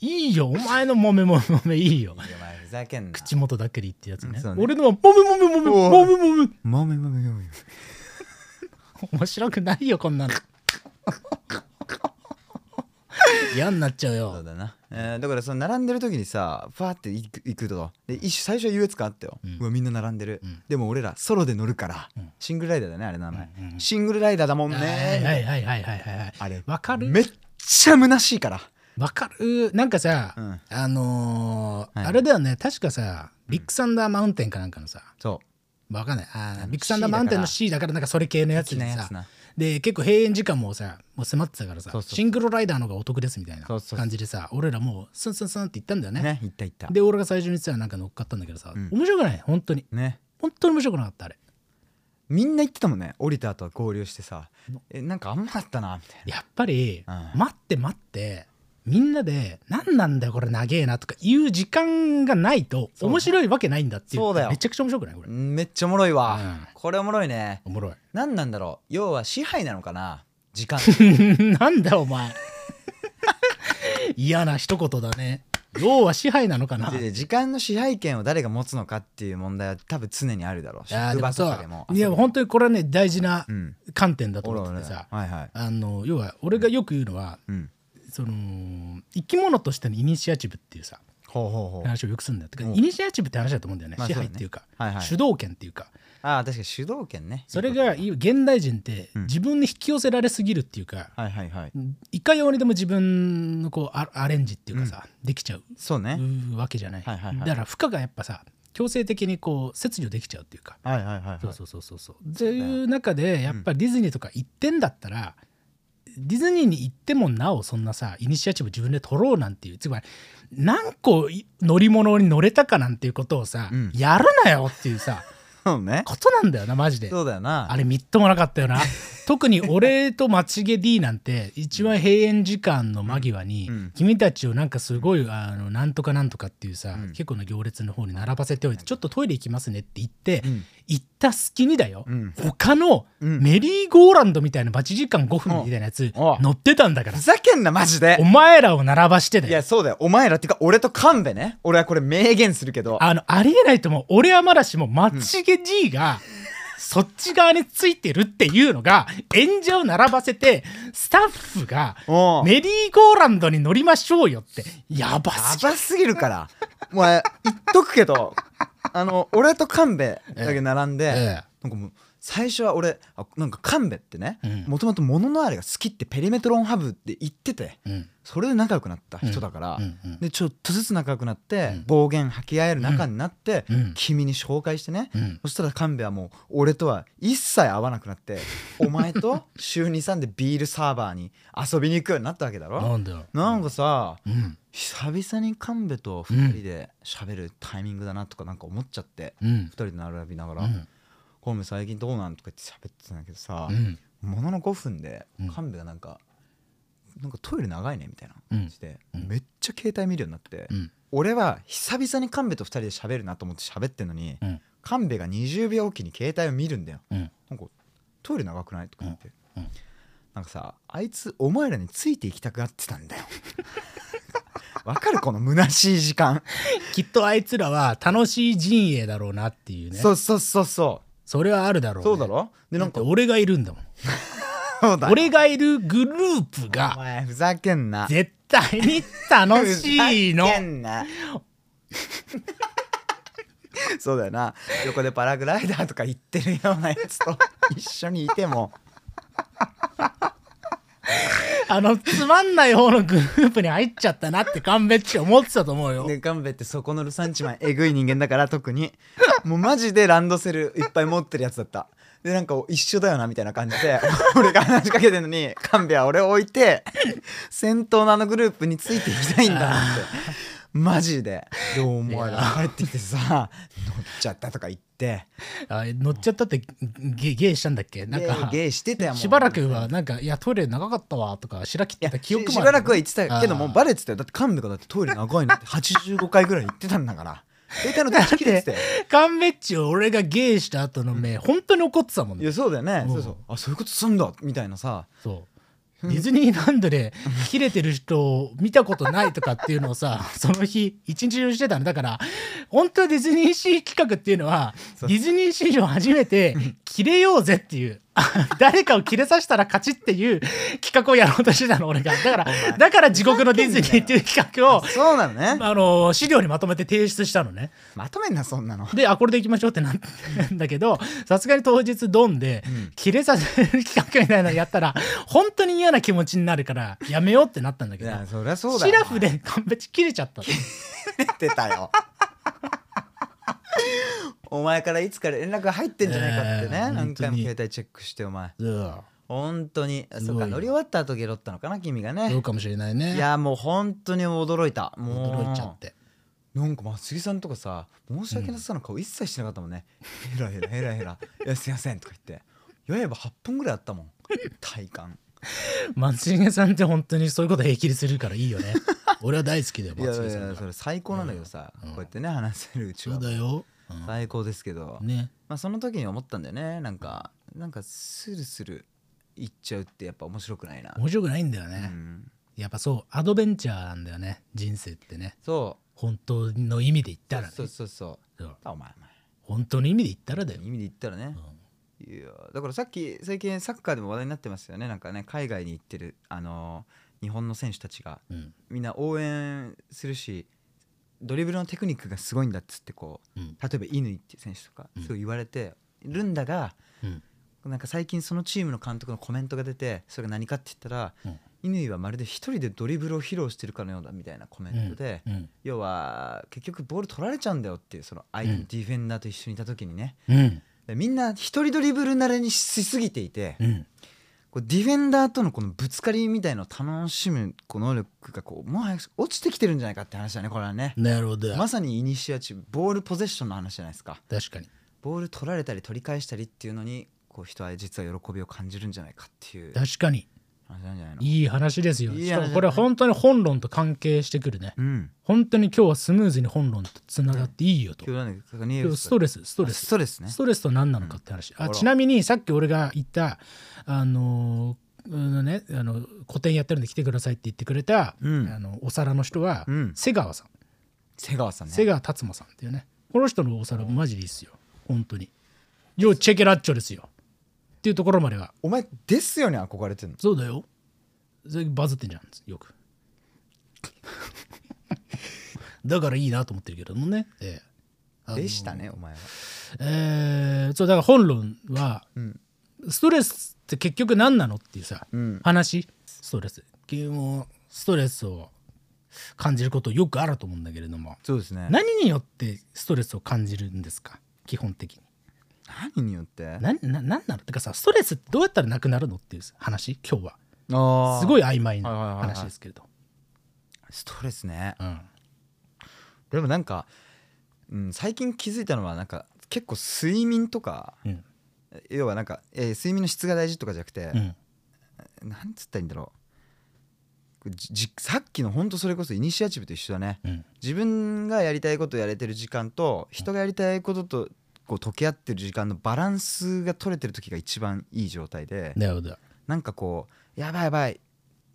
S1: いいよお前のもめもめもめいいよ。
S2: いやお前ふざけんな
S1: 口元だけで言ってるやつね
S2: うんそうね
S1: 俺のはもむもむもむもむもむ
S2: もめもめもめ
S1: 面白くないよこんなの嫌になっちゃう
S2: そう
S1: よ
S2: だな、えーだからその並んでる時にさファーって行く行くとで一最初は優越感あったよ、
S1: う
S2: うんわみんな並んでる、
S1: うん
S2: でも俺らソロで乗るから、
S1: うん
S2: シングルライダーだねあれ名前、
S1: うんうん
S2: シングルライダーだもんね、
S1: はいはいはいはいはいはい
S2: あれ
S1: わかる
S2: めっちゃ虚しいから
S1: わかるなんかさ、
S2: うん
S1: あのー
S2: はい
S1: あれだよね確かさビッグサンダーマウンテンかなんかのさ
S2: そう
S1: わかんないあ
S2: あ
S1: ー
S2: の
S1: ビッグサンダーマウンテンの C だからなんかそれ系のやつ
S2: な
S1: で
S2: や
S1: さ
S2: つな
S1: で結構閉園時間もさもう迫ってたからさ
S2: そうそう
S1: シングルライダーの方がお得ですみたいな
S2: そうそうそう
S1: 感じでさ俺らもうスンスンスンって言ったんだよね
S2: ね行った行った
S1: で俺が最初にさなんか乗っかったんだけどさ、
S2: うん
S1: 面白くない本当に
S2: ね
S1: 本当に面白くなかったあれ
S2: みんな行ってたもんね降りた後は合流してさえなんかあんまあったなみたい
S1: やっぱり、
S2: うん
S1: 待って待ってみんなで「何なんだよこれ長えな」とかいう時間がないと
S2: そうだ
S1: 面白いわけないんだっていう
S2: そうだよ
S1: めちゃくちゃ面白くないこれ、
S2: なめっちゃおもろいわ、
S1: うん
S2: これおもろいね
S1: おもろい
S2: 何なんだろう要は支配なのかな時間
S1: なんだお前 嫌な一言だね要は支配なのかな
S2: でで時間の支配権を誰が持つのかっていう問題は多分常にあるだろう
S1: いやー
S2: 職
S1: でも
S2: 場とかで
S1: さ
S2: も
S1: いや本
S2: 当
S1: 当にこれはね大事な
S2: うん
S1: 観点だと
S2: おろ
S1: 思
S2: お
S1: っ
S2: ろ
S1: て
S2: ね
S1: てさ、
S2: はいはい
S1: あの要は俺がよく言うのは
S2: うん
S1: その生き物としてのイニシアチブっていうさ
S2: ほうほうほう
S1: 話をよくするんだよてか
S2: うん
S1: イニシアチブって話だと思うんだよね、
S2: まあ
S1: 支配っ
S2: そうだね
S1: ていうか、
S2: はいはい
S1: 主導権っていうか
S2: ああ確かに主導権ね
S1: それが
S2: いいこ
S1: 現代人って
S2: うん
S1: 自分に引き寄せられすぎるっていうか、
S2: とだはいはいはい
S1: いかようにでも自分のこうアアレンジっていうかさ、できちゃう
S2: そうね
S1: わけじゃない,、
S2: はいはいはい
S1: だから負荷がやっぱさ強制的にこう切除できちゃうっていうか、
S2: はいはいはい
S1: そうそうそうそうそうっていう中でやっぱりディズニーとか行ってんだったら、ディズニーに行ってもなおそんなさイニシアチブ自分で取ろうなんていうつまり何個い乗り物に乗れたかなんていうことをさ、
S2: うん
S1: やるなよっていうさ
S2: そうね
S1: ことなんだよなマジで。
S2: そうだよ な
S1: あれみっともなかったよ な特に俺と町毛 D なんて一番閉園時間の間際に、
S2: うんうん
S1: 君たちをなんかすごいあのなんとかなんとかっていうさ、
S2: うん
S1: 結構な行列の方に並ばせておいてちょっとトイレ行きますねって言って、
S2: うん
S1: 行った隙にだよ、
S2: うん
S1: 他の
S2: うん
S1: メリーゴーランドみたいな待ち時間5分みたいなやつ
S2: おう
S1: 乗ってたんだから
S2: ふざけんなマジで
S1: お前らを並ばしてだ
S2: い
S1: よ
S2: やそうだよお前らっていうか俺と神戸ね俺はこれ明言するけど
S1: あのありえないと思う俺はまだしも町毛 G が、そっち側についてるっていうのが演者を並ばせてスタッフが
S2: おう
S1: メリーゴーランドに乗りましょうよってやば
S2: や
S1: すぎ
S2: ばすぎるからもう言っとくけどあの俺と神戸だけ並んで、
S1: ええ
S2: なんかもう最初は俺あなんか神戸ってね
S1: うん
S2: もともとモノノアレが好きってペリメトロンハブって言ってて
S1: うん
S2: それで仲良くなった人だから、
S1: うんうん
S2: でちょっとずつ仲良くなって、
S1: うん
S2: 暴言吐き合える仲になって、
S1: うん
S2: 君に紹介してね、
S1: うん
S2: そしたら神戸はもう俺とは一切会わなくなってお前と週23でビールサーバーに遊びに行くようになったわけだろ。
S1: なんだよ
S2: なんかさ、
S1: うん
S2: 久々に神戸と2人で喋るタイミングだなとかなんか思っちゃって、
S1: うん
S2: 2人で並びなが
S1: う
S2: ら
S1: ん
S2: 「神戸最近どうなん?」とか言って喋ってたんだけどさ
S1: う、ん
S2: ものの5分で
S1: うん
S2: 神戸がなんか「なんかトイレ長いね」みたいな
S1: うん
S2: 感じで、
S1: うん
S2: めっちゃ携帯見るようになって、
S1: うん
S2: 俺は久々に神戸と2人で喋るなと思って喋ってんのに、
S1: うん
S2: 神戸が20秒おきに携帯を見るんだよ。
S1: うん
S2: なんかトイレ長くないとか言って、
S1: うんうん
S2: なんかさあいつお前らについていきたくなってたんだよわかるこの虚しい時間、
S1: きっとあいつらは楽しい陣営だろうなっていうね
S2: そうそうそうそ
S1: それはあるだろ
S2: う
S1: うね
S2: そうだろで
S1: だ
S2: な
S1: っ
S2: ん
S1: て
S2: か
S1: 俺がいるんだもん
S2: そうだ
S1: 俺がいるグループ
S2: お
S1: が
S2: 前ふざけんな
S1: 絶対に楽しいの
S2: ふざけんなそうだよな横でパラグライダーとか言ってるようなやつと一緒にいても
S1: あのつまんない方のグループに入っちゃったなって勘弁って思ってたと思うよ
S2: で神戸ってそこのルサンチマンえぐい人間だから特にもうマジでランドセルいっぱい持ってるやつだったでなんか一緒だよなみたいな感じで俺が話しかけてるのに神戸は俺を置いて先頭のあのグループについていきたいんだなってマジででお前ら帰ってきてさ乗っちゃったとか言って
S1: あ乗っちゃったってゲゲーしたんだっけなんか
S2: ゲーゲーしてたよもう
S1: しばらくはなんか「いやトイレ長かったわ」とか白切っ
S2: い
S1: て
S2: や
S1: た記
S2: 記
S1: 憶も
S2: 憶し
S1: ある
S2: ばらくは言ってたけど
S1: あ
S2: も
S1: ー
S2: バレてたよだって神戸がだってトイレ長いなって85回ぐらい行ってたんだから携帯の電池切れてたよ
S1: 勘弁っちを俺がゲーした後の目、本当に怒ってたもん
S2: い
S1: ね
S2: やそうだよね、
S1: うん
S2: そうそうあそういうことすんだみたいなさ
S1: そうディズニーランドで切れてる人を見たことないとかっていうのを さその日一日中してたのだから本当はディズニーシー企画っていうのは
S2: そ
S1: デ
S2: う
S1: ィズニーシー上初めて切れようぜっていう 誰かを切れさせたら勝ちっていう企画をやろうとしてたの俺がだから
S2: 前
S1: だから地獄のディズニーっていう企画を
S2: そうなのねま
S1: あの資料にまとめて提出したのね。
S2: とめんなそ んなの
S1: であこれでいきましょうってな ったんだけどさすがに当日ドンで、
S2: うん
S1: 切れさせる企画みたいなのやったら本当に嫌な気持ちになるからやめようってなったんだけ
S2: い
S1: ど
S2: やそりゃそうだ
S1: シ
S2: よ
S1: ラフで完璧切れちゃったの
S2: って たよお前からいつから連絡が入ってんじゃないかってね、
S1: えー
S2: 何回
S1: 本当
S2: も
S1: に
S2: 携帯チェックしてお前
S1: うん
S2: 本当に
S1: す
S2: そう
S1: ごい
S2: か
S1: よ
S2: 乗り終わった後ゲロったのかな君が
S1: そ
S2: ね
S1: うかもしれないね
S2: いやもう本当に驚いたもう
S1: 驚いちゃって
S2: なんか松井さんとかさ申し訳なさそうな顔一切しなかったもんね、ヘラヘラヘラヘラ「いやすいません」とか言ってやれば8分ぐらいあっ たもん体感
S1: 松重さんって本当にそういうこと平気でするからいいよ ね俺は大好きだよ
S2: いや
S1: 松重
S2: いやい
S1: さん
S2: や
S1: が
S2: それ最高なんだけどさ、
S1: うん
S2: こうやってね話せるうち
S1: そ
S2: は
S1: うだよ、うん
S2: 最高ですけど、
S1: ね
S2: まあ、その時に思ったんだよねなんかなんかスルスルいっちゃうってやっぱ面白くないな、
S1: 面白くないんだよね、
S2: うん
S1: やっぱそうアドベンチャーなんだよね人生ってね
S2: そ
S1: 本当の意味で言っ
S2: う
S1: たら、ね、
S2: そうそうそう
S1: そう
S2: あお前お前
S1: 本当の意味で言ったらだよ、
S2: 意味で言ったらね、
S1: うん
S2: いやだからさっき最近サッカーでも話題になってますよねなんかね海外に行ってるあのー日本の選手たちが
S1: うん
S2: みんな応援するしドリブルのテクニックがすごいんだっつってこう
S1: うん
S2: 例えば乾っていう選手とか
S1: うん
S2: そう言われてるんだが、
S1: うん
S2: なんか最近そのチームの監督のコメントが出てそれが何かって言ったら乾はまるで一人でドリブルを披露してるかのようだみたいなコメントで、
S1: うん
S2: 要は結局ボール取られちゃうんだよっていうその相手
S1: う
S2: の
S1: ん
S2: ディフェンダーと一緒にいた時にね、
S1: うん
S2: でみんな一人ドリブル慣れにしすぎていて、
S1: うん
S2: こうディフェンダーとのこのぶつかりみたいのを楽しむこう能力がこうもはや落ちてきてるんじゃないかって話だねこれはね
S1: なるほど、
S2: まさにイニシアチブボールポゼッションの話じゃないですか
S1: 確かに
S2: ボール取られたり取り返したりっていうのにこう人は実は喜びを感じるんじゃないかっていう
S1: 確かに
S2: 話なんじゃないの
S1: いい話ですよ
S2: いい
S1: し
S2: 話
S1: かもこれは本当に本論と関係してくるね
S2: うん
S1: 本当に今日はスムーズに本論とつながっていいよと、
S2: 今日なんかニエ
S1: 今
S2: ル
S1: 日
S2: ス
S1: ストレスストレス
S2: ストレスね
S1: ストレスと何なのかって話、
S2: あ
S1: あ
S2: ら
S1: ちなみにさっき俺が言ったあのーうんね、あの個展やってるんで来てくださいって言ってくれた、
S2: うん
S1: あのお皿の人は、
S2: うん
S1: 瀬川さん、
S2: 瀬川さんね
S1: 瀬川達馬さんっていうねこの人のお皿マジでいいっすよ本当に要チェケラッチョですよっていうところまでは
S2: お前ですよね憧れてんの
S1: そうだよそれバズってんじゃんよく だからいいなと思ってるけどもね、ええあの
S2: でしたねお前は
S1: えーそうだから本論は、
S2: ん
S1: ストレスって結局何なのっていうさ、
S2: うん
S1: 話ストレス君もストレスを感じることよくあると思うんだけれども
S2: そうですね
S1: 何によってストレスを感じるんですか基本的に
S2: 何によって
S1: 何ななんなのってかさストレスってどうやったらなくなるのっていう話今日は
S2: す
S1: すご
S2: い
S1: い曖昧な
S2: はいはいはいはい
S1: 話ですけれど、
S2: ストレスね
S1: うん、
S2: でもなんか、うん、最近気づいたのはなんか結構睡眠とか
S1: うん
S2: 要はなんか、えー睡眠の質が大事とかじゃなくて
S1: う、ん
S2: なんつったらいいんだろうじじさっきのほんとそれこそイニシアチブと一緒だね
S1: うん
S2: 自分がやりたいことやれてる時間と人がやりたいこととこう溶け合ってる時間のバランスが取れてる時が一番いい状態で
S1: なるほど、
S2: なんかこうやばいやばい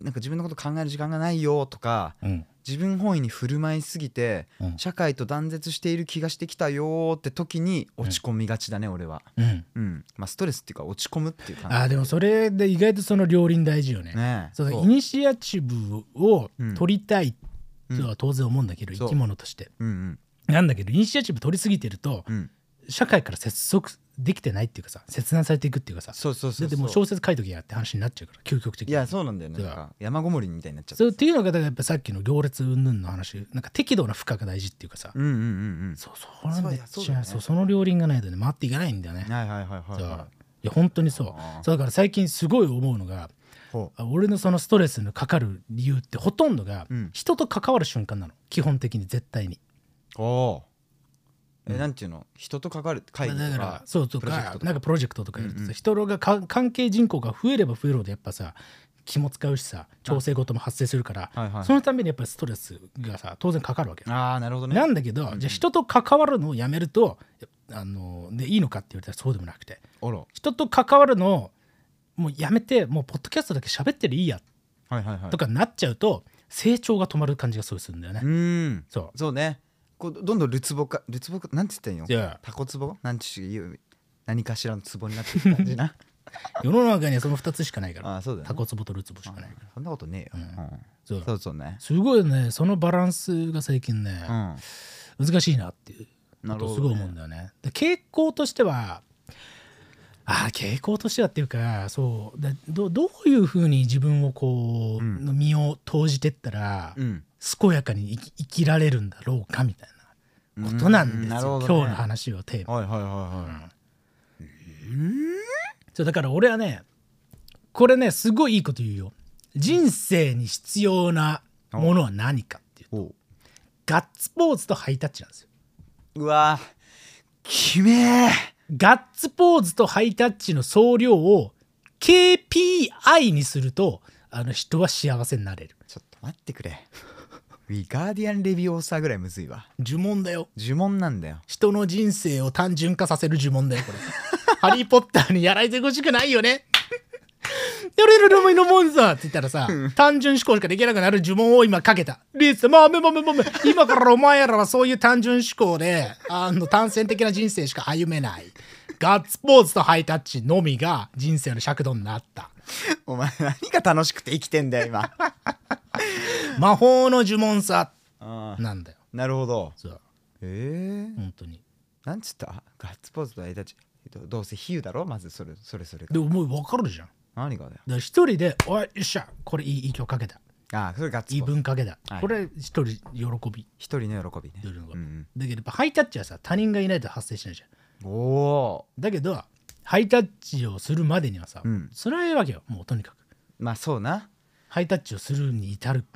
S2: なんか自分のこと考える時間がないよとか
S1: うん
S2: 自分本位に振る舞いすぎて
S1: うん
S2: 社会と断絶している気がしてきたよーって時に落ち込みがちだね、俺は、
S1: うん、
S2: うんまあ、ストレスっていうか落ち込むっていう感じ
S1: あーでもそれで意外とその両輪大事よね
S2: ねえ
S1: そう
S2: そ
S1: だ
S2: う
S1: イニシアチブを取りたいとは当然思うんだけど、
S2: うん
S1: 生き物として
S2: うんうん
S1: なんだけどイニシアチブ取りすぎてると
S2: うん
S1: 社会から接続できてないっていうかさ切断されていくっていうかさ
S2: そうそうそう
S1: で
S2: そう
S1: もう小説書いときやって話になっちゃうから究極的
S2: い
S1: に
S2: やそうなんだよね
S1: そう
S2: な
S1: だ
S2: んか山ごもりみたいになっちゃった
S1: そうっていうのがだからやっぱさっきの行列云々の話なんか適度な負荷が大事っていうかさ、
S2: うんうんうん
S1: そうそうなん
S2: そう
S1: めっ
S2: い
S1: ちゃ
S2: や
S1: そ
S2: そうう
S1: そ
S2: だよね
S1: の両輪がないとね回っていかないんだよね
S2: うんはいはいはい
S1: そ
S2: は
S1: う
S2: い
S1: い
S2: は
S1: や本当にそう
S2: あー
S1: そうだから最近すごい思うのが
S2: いほ
S1: あ俺のそのストレスのかかる理由ってほとんどが
S2: うん
S1: 人と関わる瞬間なの基本的に絶対に
S2: うお
S1: う
S2: ーえ
S1: ん
S2: なんていうの人と関わる会
S1: だ
S2: 議
S1: か
S2: とから
S1: そうと
S2: プロジェ
S1: か
S2: クトとか
S1: なんかプロジェクトとかやると
S2: うんう
S1: さ
S2: ん
S1: 人がか関係人口が増えれば増えるほどやっぱさ気も使うしさ調整事も発生するから
S2: はいはい
S1: そのためにやっぱりストレスがさ当然かかるわけよ
S2: ああなるほどね
S1: なんだけど
S2: うん
S1: じゃあ人と関わるのをやめるとあのでいいのかって言われたらそうでもなくて
S2: あら
S1: 人と関わるのをもうやめてもうポッドキャストだけ喋ってりゃいいや
S2: はいはいはい
S1: とかなっちゃうと成長が止まる感じがすごいするんだよね
S2: う。ん
S1: そ
S2: そうねこうどんどんるつぼかるつぼかなんつったんよ
S1: ういや
S2: タコつぼなんちゅう言う何かしらのつぼになってる感 じな
S1: 世の中にはその2つしかないから
S2: ああそうだよね
S1: タコツボとルツボしかないから
S2: そんなことねえよ、
S1: うん
S2: うん
S1: そう
S2: そうそうね
S1: すごいねそのバランスが最近ね
S2: う、ん
S1: 難しいなっていう
S2: なるほどね
S1: すごい思うんだよね。で傾向としてはああ傾向としてはっていうかそうでどどういうふうに自分をこう、
S2: うん
S1: の身を投じてったら、
S2: うん
S1: 健やかに生き生きられるんだろうかみたいなことなんですよ、
S2: うるほどね
S1: 今日の話をテーマに
S2: はいはいはいは
S1: そうだから俺はねこれねすごいいいこと言うよ人生に必要なものは何かっていう
S2: い、おう
S1: ガッツポーズとハイタッチなんですよ
S2: うわきめえ
S1: ガッツポーズとハイタッチの総量を KPI にするとあの人は幸せになれる
S2: ちょっと待ってくれウィガーディアンレビューオーサーぐらいむずいわ
S1: 呪文だよ
S2: 呪文なんだよ
S1: 人の人生を単純化させる呪文だよこれ ハリー・ポッターにやられてほしくないよねやれるのもいのもんさって言ったらさ、単純思考しかできなくなる呪文を今かけた。リース、まあ、めまめまめ。今からお前らはそういう単純思考で、あの、単線的な人生しか歩めない。ガッツポーズとハイタッチのみが人生の尺度になった。
S2: お前何が楽しくて生きてんだ よ今
S1: 魔法の呪文さ
S2: ああ
S1: なんだよ。
S2: なるほど
S1: そう、
S2: ええ
S1: 本当に。
S2: なんつったガッツポーズとあいたちどどうせ比喩だろまずそれそれそれが
S1: でももう分かるじゃん。だか
S2: 何がだよ
S1: ら一人で、おい、よっしゃ、これいい、いい曲かけた。
S2: ああそれガッツ
S1: いい
S2: ポーズ
S1: 文かけた。
S2: はい
S1: これ一人喜び。
S2: 一人の喜びね
S1: 喜び
S2: うん
S1: だけどやっぱハイタッチはさ、他人がいないと発生しないじゃん。
S2: うん、お
S1: だけど、ハイタッチをするまでにはさ、
S2: うん
S1: 辛いわけよ。もうとにかく。
S2: ーまあそうな
S1: ハイタッチをするに至る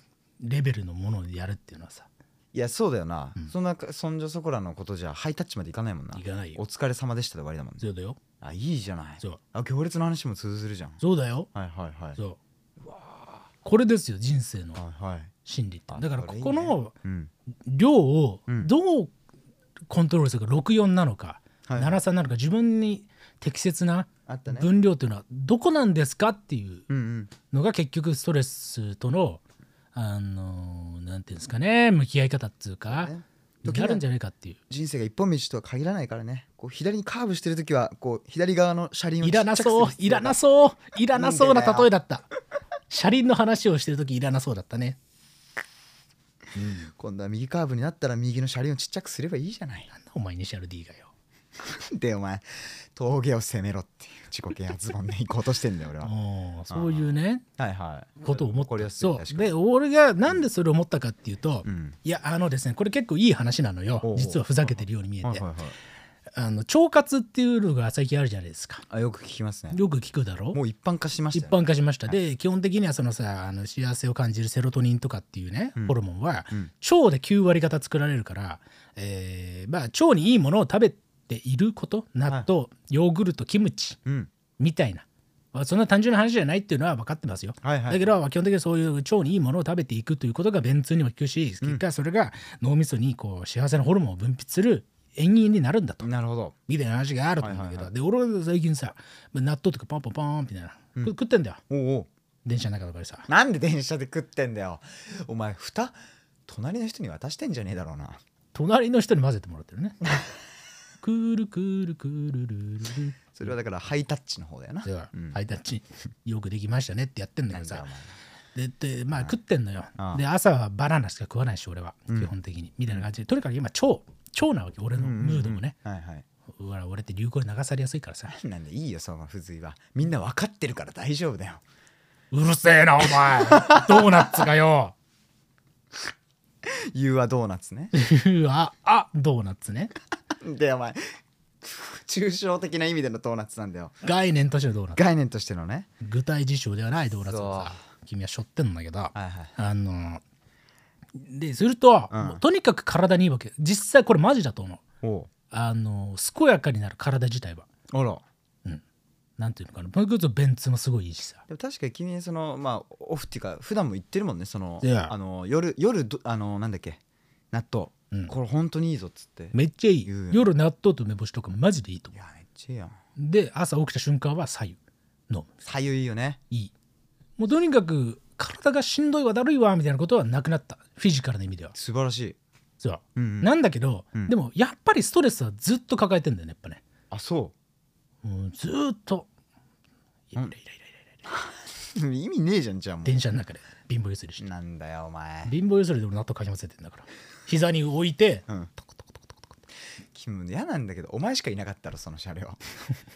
S1: レベルのものをやるっていうのはさ、
S2: いやそうだよな、そんなそんじょそこらのことじゃハイタッチまでいかないもんない
S1: かないよ
S2: お。疲れ様でしたで終わりだもんね
S1: そうだよ。
S2: あいいじゃない
S1: そう
S2: あ行列の話も通ずるじゃん
S1: そうだよ。
S2: はいはいはい
S1: そう。これですよ、人生の
S2: はいはい
S1: 真理って
S2: あ。
S1: だから
S2: そ
S1: こ
S2: れいいね
S1: この
S2: うん
S1: 量を
S2: うん
S1: どうコントロールするか64なのか
S2: はい
S1: 73なのか自分に適切な
S2: あったね
S1: 分量というのはどこなんですかっていう
S2: うんうん
S1: のが結局ストレスとのあのーなんていうんですかね向き合い方っていうか
S2: ね
S1: になるんじゃないかっていう
S2: 人生が一本道とは限らないからねこう左にカーブしてる時はこう左側の車輪を
S1: いらなそういらなそういらなそうな例えだった車輪の話をしてる時いらなそうだったね
S2: う今度は右カーブになったら右の車輪をちっちゃくすればいいじゃない
S1: なんだお前イニシャル D がよ
S2: でお前峠を攻めろっていう自己啓発本で行こうとしてんだよ俺は
S1: おーそういうね
S2: はいはい
S1: ことを思っ
S2: これ
S1: た
S2: やすい
S1: そ
S2: 確
S1: う
S2: かに
S1: で俺がなんでそれを思ったかっていうと、
S2: うん
S1: いやあのですねこれ結構いい話なのよ
S2: おうおう
S1: 実はふざけてるように見えて、
S2: はいはいはい
S1: あの腸活っていうのが最近あるじゃないですか
S2: あよく聞きますね
S1: よく聞くだろ
S2: もう一般化しまし
S1: 一
S2: たよね
S1: 般化しました、で基本的にはそのさあの幸せを感じるセロトニンとかっていうね、
S2: ん
S1: ホルモンは、
S2: うん
S1: 腸で9割方作られるから、えーまあ、腸にいいものを食べていること納豆、ヨーグルトキムチ
S2: うん
S1: みたいな、まあ、そんな単純な話じゃないっていうのは分かってますよ、
S2: はいはい
S1: だけど基本的にそういう腸にいいものを食べていくということが便通にも効くし結果それが脳みそにこう幸せのホルモンを分泌する縁起になるんだと
S2: なるほど
S1: みたいな話があると思うんだけど、
S2: はい
S1: で俺は最近さ納豆とかパンパンパンみたいな、こ食ってんだよ
S2: おうおう
S1: 電車の中とかでさ
S2: なんで電車で食ってんだよお前蓋隣の人に渡してんじゃねえだろうな
S1: 隣の人に混ぜてもらって るねくるくるくるるるる
S2: それはだからハイタッチの方だよな
S1: では、
S2: うん
S1: ハイタッチよくできましたねってやってんだけど
S2: な
S1: さ
S2: んだよ
S1: ででまあ食ってんのよ
S2: ああ
S1: で朝はバナナしか食わないし俺は
S2: ん
S1: 基本的に、みたいな感じでとにかく今腸腸なわけ俺の
S2: お前
S1: ムードもね、
S2: うんうんうんはいはいう
S1: わ俺って流行に流されやすいからさ
S2: なんでいいよその付随はみんな分かってるから大丈夫だよ
S1: うるせえなお前 ドーナツがよ
S2: 言うはドーナツね
S1: うわあドーナツね
S2: でお前抽象的な意味でのドーナツなんだよ
S1: 概念としてのドーナツ
S2: 概念としてのね
S1: 具体事象ではないドーナツをさ
S2: そ
S1: 君はしょってんだけど、
S2: はいはい
S1: あのですると、
S2: うん
S1: もうとにかく体にいいわけ実際これマジだと思う
S2: お
S1: あの健やかになる体自体は
S2: あら
S1: なんていうのかな僕とベンツもすごいいいしさ
S2: でも確かに君そのまあオフっていうか普段も言ってるもんねその、
S1: いや
S2: あの夜夜どあのなんだっけ納豆、
S1: うん
S2: これ本当にいいぞっつって
S1: めっちゃいい
S2: 言うよね
S1: 夜納豆と梅干しとかマジでいいと
S2: い
S1: 思
S2: やめっちゃいいやん
S1: うで朝起きた瞬間は左右飲む
S2: 左右いいよね
S1: いいもうとにかく体がしんどいわだるいわみたいなことはなくなったフィジカルの意味では
S2: 素晴らしい、
S1: そう、
S2: うんうん
S1: なんだけど、
S2: うん
S1: でもやっぱりストレスはずっと抱えてんだよねやっぱね
S2: あそ
S1: もうずーっとイライライライライライラ
S2: う 意味ねえじゃんじゃあも
S1: 電車の中で貧乏ゆすりし
S2: う
S1: て
S2: なんだよお前
S1: 貧乏ゆすりで俺納豆かき混ぜてんだから膝に置いて
S2: うん
S1: トコトコトコトコトコ
S2: キム嫌なんだけどお前しかいなかったろその車 両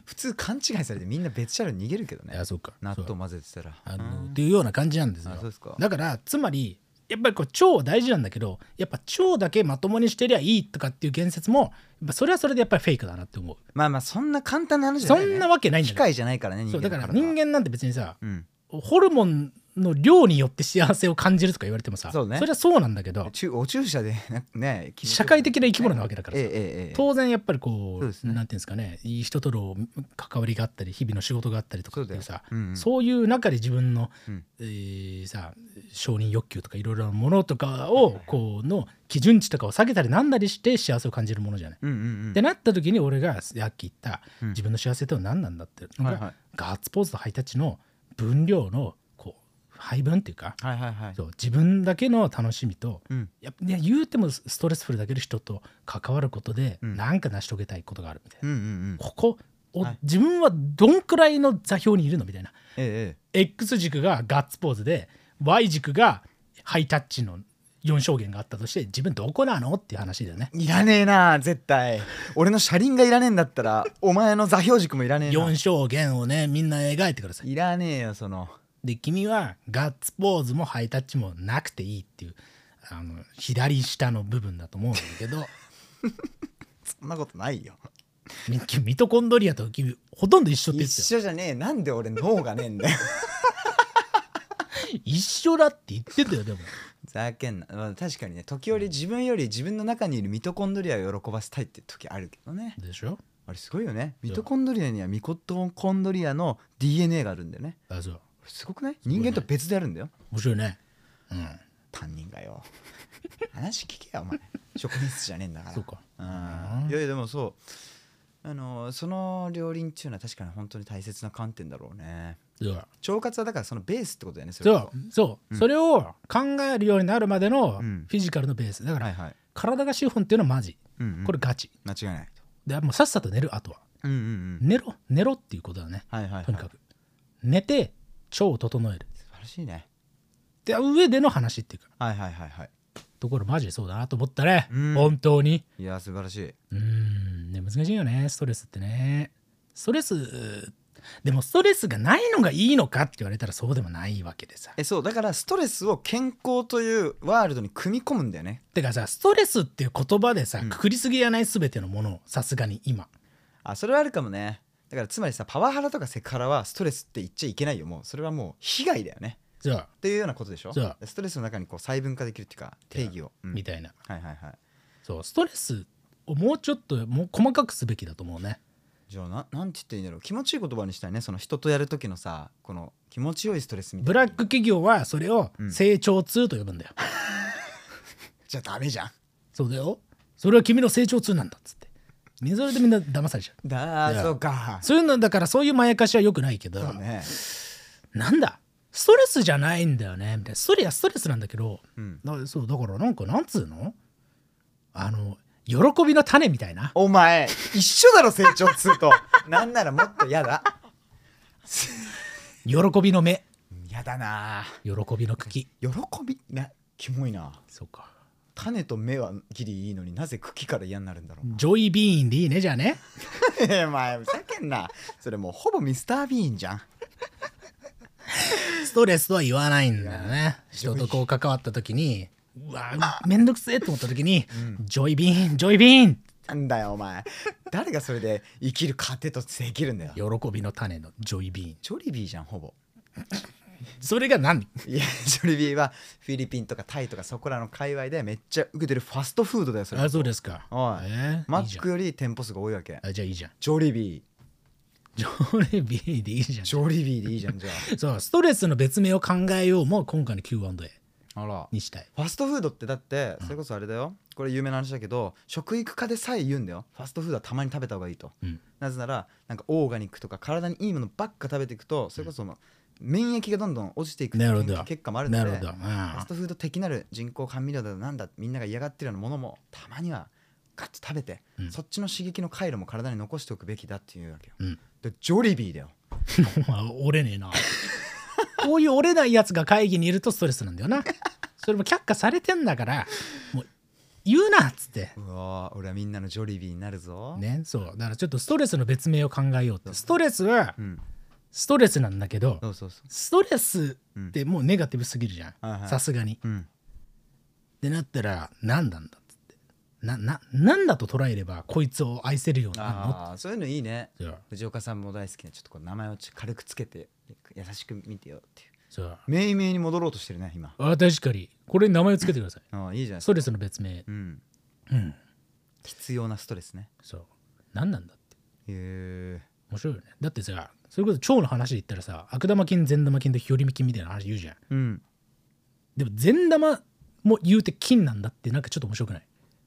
S2: 普通勘違いされてみんな別車両逃げるけど
S1: いや
S2: ね
S1: そうか
S2: 納
S1: そう
S2: 豆混ぜてたら
S1: あ
S2: う
S1: の
S2: ん
S1: っていうような感じなんですよ
S2: あそうですか
S1: だからつまりやっぱりこう腸は大事なんだけどやっぱ腸だけまともにしてりゃいいとかっていう言説もやっぱそれはそれでやっぱりフェイクだなって思う
S2: まあまあそんな簡単な話じゃ
S1: そ
S2: ない、ね、
S1: んなわけないんだ
S2: 機
S1: よ
S2: 械じゃないからね人
S1: そう
S2: 間
S1: だ
S2: の
S1: から
S2: 体
S1: 人間なんて別にさ
S2: うん
S1: ホルモンの量によって幸せを感じるとか言われてもさ
S2: そうね
S1: れはそうなんだけど
S2: 中お注射でなんかね気持ち
S1: 社会的な生き物なわけだから
S2: え
S1: さ
S2: えええええ
S1: 当然やっぱりこ
S2: そう
S1: う
S2: ですね
S1: なんていうんですかねいい人との関わりがあったり日々の仕事があったりとかっていうさ
S2: そうだようんうん
S1: そういう中で自分の
S2: うん
S1: えーさ承認欲求とかいろいろなものとかをこうの基準値とかを下げたりなんだりして幸せを感じるものじゃない。
S2: うんうんうん
S1: ってなった時に俺がさっき言った
S2: うん
S1: 自分の幸せとは何なんだっていうの
S2: はいは
S1: が
S2: い
S1: ガッツポーズとハイタッチの分量のこう配分っていうか
S2: はいはいはい
S1: そう自分だけの楽しみと
S2: うん
S1: やっぱね言うてもストレスフルだけど人と関わることで
S2: うん
S1: 何か成し遂げたいことがあるみたいな、
S2: うんうんうん
S1: ここを、
S2: はい
S1: 自分はどんくらいの座標にいるのみたいな
S2: えええ
S1: X 軸がガッツポーズで Y 軸がハイタッチの4証言があったとして自分どこなのっていう話だよね
S2: えいらねえな絶対俺の車輪がいらねえんだったらお前の座標軸もいらねえな
S1: 4証言をねみんな描いてください
S2: いらねえよその
S1: で君はガッツポーズもハイタッチもなくていいっていうあの左下の部分だと思うんだけ ど
S2: そんなことないよ
S1: み君ミトコンドリアと君ほとんど一緒って言ってたよ
S2: 一緒じゃねえなんで俺脳がねえんだよ
S1: 一緒だって言ってたよでも
S2: ざけんな、まあ、確かにね時折自分より自分の中にいるミトコンドリアを喜ばせたいって時あるけどね
S1: でしょ
S2: あれすごいよねミトコンドリアにはミコトコンドリアの DNA があるんだよね
S1: あそう
S2: これすごくない人間と別であるんだよ
S1: 面白いねうん
S2: 担任がよ話聞けよお前職員室じゃねえんだから
S1: そうか
S2: うんいやいやでもそうあのその両輪っていうのは確かに本当に大切な観点だろうね
S1: そう
S2: 腸活はだからそのベースってことだよねそれ
S1: そ
S2: こ
S1: うそう、それを考えるようになるまでのフ
S2: うん
S1: ィジカルのベースだか
S2: は
S1: ら
S2: いはい、
S1: 体が資本っていうのはマジ
S2: うんうん
S1: これガチ
S2: 間違いないと
S1: でもうさっさと寝るあとは
S2: うんうんうん
S1: 寝ろ寝ろっていうことだね
S2: はいはい、はい、
S1: とにかく寝て腸を整える
S2: 素晴らしいね
S1: で上での話っていうか
S2: はいはいはいはい
S1: ところマジでそうだなと思ったね、
S2: うん
S1: 本当に
S2: いや素晴らしい、
S1: うんね難しいよねストレスってねストレスでもストレスがないのがいいのかって言われたらそうでもないわけでさ
S2: えそうだからストレスを健康というワールドに組み込むんだよね
S1: てかさストレスっていう言葉でさ
S2: うん
S1: くくりすぎやない全てのものをさすがに今
S2: あそれはあるかもねだからつまりさパワハラとかセクハラはストレスって言っちゃいけないよもうそれはもう被害だよね
S1: じゃあ
S2: っていうようなことでしょ
S1: そう
S2: ストレスの中にこう細分化できるっていうか定義を、うん
S1: みたいな
S2: はいはいはい
S1: そうストレスをもうちょっともう細かくすべきだと思うね
S2: じゃあななんて言っていいんだろう気持ちいい言葉にしたいねその人とやる時のさこの気持ちよいストレスみた
S1: ブ
S2: いな
S1: ラック企業はそれを
S2: うん
S1: 成長痛と呼ぶんだよ、
S2: じゃダメじゃん
S1: そうだよそれは君の成長痛なんだっつってみんなそれでみんな騙されちゃう
S2: だ
S1: い
S2: ー
S1: や
S2: そうか
S1: そういうのだからそういうまやかしは良くないけど、
S2: そうね
S1: なんだストレスじゃないんだよねみたいなストレスはストレスなんだけど
S2: うん
S1: だそうだからなんかなんつうのあの喜びの種みたいな
S2: お前一緒だろ成長するとなんならもっと嫌だ
S1: 喜びの芽
S2: 嫌だな
S1: 喜びの茎
S2: 喜びなキモいな
S1: そうか
S2: 種と芽はギリいいのになぜ茎から嫌になるんだろう
S1: ジョイビーンでいいねじゃあね
S2: ええまあふざけんなそれもうほぼミスター・ビーンじゃん
S1: ストレスとは言わないんだよね人とこう関わった時にうわめんどくせえと思った時に、ジョイビーンジョイビーン
S2: なんだよお前誰がそれで生きる糧として生きるんだよ
S1: 喜びの種のジョイビーン
S2: ジョリビーじゃんほぼ
S1: それが何
S2: いやジョリビーはフィリピンとかタイとかそこらの界隈でめっちゃ受けてるファストフードだよそれ
S1: あそうですか
S2: おい
S1: えー
S2: マ
S1: いいじ
S2: ッ
S1: ゃ
S2: ク
S1: ん
S2: より店舗数が多いわけ
S1: あじゃあいいじゃん
S2: ジョリビー
S1: ジョイビーンでいいじゃん
S2: ジョリビーでいいじゃんじゃあ
S1: そうストレスの別名を考えようも今回の Q&A
S2: あら
S1: にしたい
S2: ファストフードってだってそれこそあれだよ、これ有名な話だけど食育家でさえ言うんだよファストフードはたまに食べた方がいいと、
S1: うん
S2: なぜならなんかオーガニックとか体にいいものばっか食べていくとそれこそ、まあ免疫がどんどん落ちていく
S1: なるほど
S2: 研究結果もあるの
S1: な
S2: で
S1: るほど、う
S2: フ
S1: ん
S2: ァストフード的なる人工甘味料だなんだみんなが嫌がってるようなものもたまにはガッと食べて、
S1: うん
S2: そっちの刺激の回路も体に残しておくべきだっていうわけよ、
S1: うん
S2: でジョリビーだよ
S1: ま あ折れねえなこういう折れないやつが会議にいるとストレスなんだよなそれも却下されてんだからもう言うなっつって
S2: うわー俺はみんなのジョリビーになるぞ、
S1: ねそうだからちょっとストレスの別名を考えようってストレスは
S2: うん
S1: ストレスなんだけど
S2: そうそうそう
S1: ストレスってもうネガティブすぎるじゃ
S2: うんはい
S1: ん
S2: はい
S1: さすがに
S2: うん
S1: ってなったら何なんだっつってなな何だと捉えればこいつを愛せるようになるのっ
S2: ああそういうのいいね
S1: てそう
S2: 藤岡さんも大好きなちょっとこう名前をちょっと軽くつけて優しく見てよっていう
S1: そう
S2: 命名に戻ろうとしてるね今
S1: あ確かにこれに名前をつけてください
S2: ああいいじゃないで
S1: ス
S2: すか
S1: トレスの別名
S2: うん
S1: うん
S2: 必要なストレスね
S1: そう何なんだって
S2: へえ
S1: 面白いよねだってさそれこそ腸の話で言ったらさ悪玉菌善玉菌と日和見菌みたいな話言うじゃん
S2: うん
S1: でも善玉も言うて菌なんだってなんかちょっと面白くない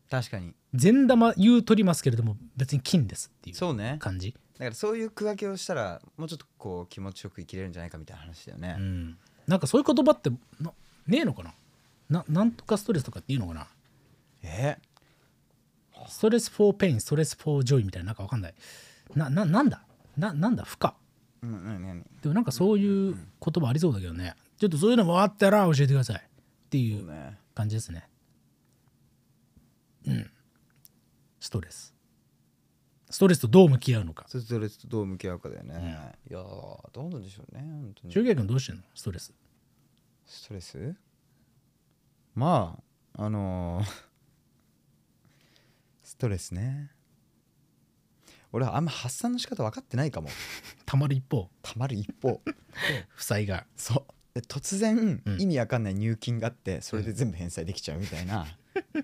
S2: 確かに
S1: 善玉言うとりますけれども別に金ですっていう
S2: そうね
S1: 感じ
S2: だからそういう区分けをしたらもうちょっとこう気持ちよく生きれるんじゃないかみたいな話だよ
S1: う、
S2: ね、
S1: ん、なんかそういう言葉ってなねえのかなななんとかストレスとかっていうのかな
S2: え
S1: ストレス・フォー・ペインストレス・フォー・ジョイみたいななんかわかんないなななんだななんだ負荷
S2: うんうんうん
S1: でもなんかそういう言葉ありそうだけどねちょっとそういうのもあったら教えてくださいってい
S2: そう
S1: う
S2: ね
S1: 感じですねうんストレスストレスとどう向き合うのか
S2: それストレスとどう向き合うかだよね、いやーどうなんでしょうね本当に
S1: 修君どうしてんのストレス
S2: ストレスまああのー ストレスね俺はあんま発散の仕方分かってないかも
S1: たまる一方
S2: たまる一 方
S1: 負債が
S2: そうで突然、
S1: うん
S2: 意味わかんない入金があってそれで全部返済できちゃうみたいな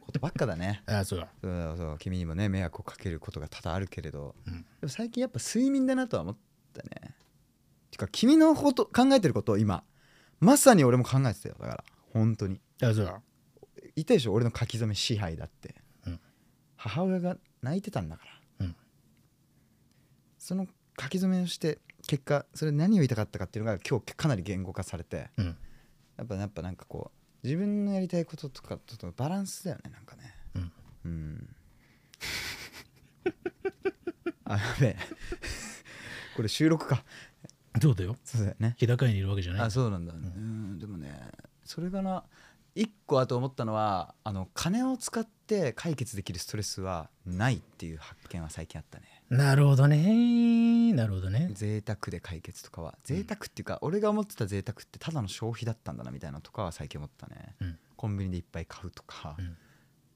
S2: ことばっかだね
S1: ああそうだ
S2: そうそう君にもね迷惑をかけることが多々あるけれど、
S1: うん
S2: でも最近やっぱ睡眠だなとは思ったねてか君のこと考えてることを今まさに俺も考えてたよだから本当に
S1: ああそうだ
S2: 言ったでしょ俺の書き初め支配だって、
S1: うん
S2: 母親が泣いてたんだから、
S1: うん
S2: その書き初めをして結果それ何を言いたかったかっていうのが今日かなり言語化されて
S1: うん
S2: やっぱやっぱなんかこう自分のやりたいこととかとのバランスだよねなんかね
S1: うん
S2: うん あやべえこれ収録か
S1: そうだよ
S2: そうだよね
S1: 日高屋にいるわけじゃない
S2: あそうなんだ、ねうん、でもねそれかな一個あと思ったのはあの金を使って解決できるストレスはないっていう発見は最近あったね
S1: なるほどねなるほどね
S2: 贅沢で解決とかは贅沢っていうか、俺が思ってた贅沢ってただの消費だったんだなみたいなのとかは最近思ったね、
S1: うん
S2: コンビニでいっぱい買うとか、
S1: うん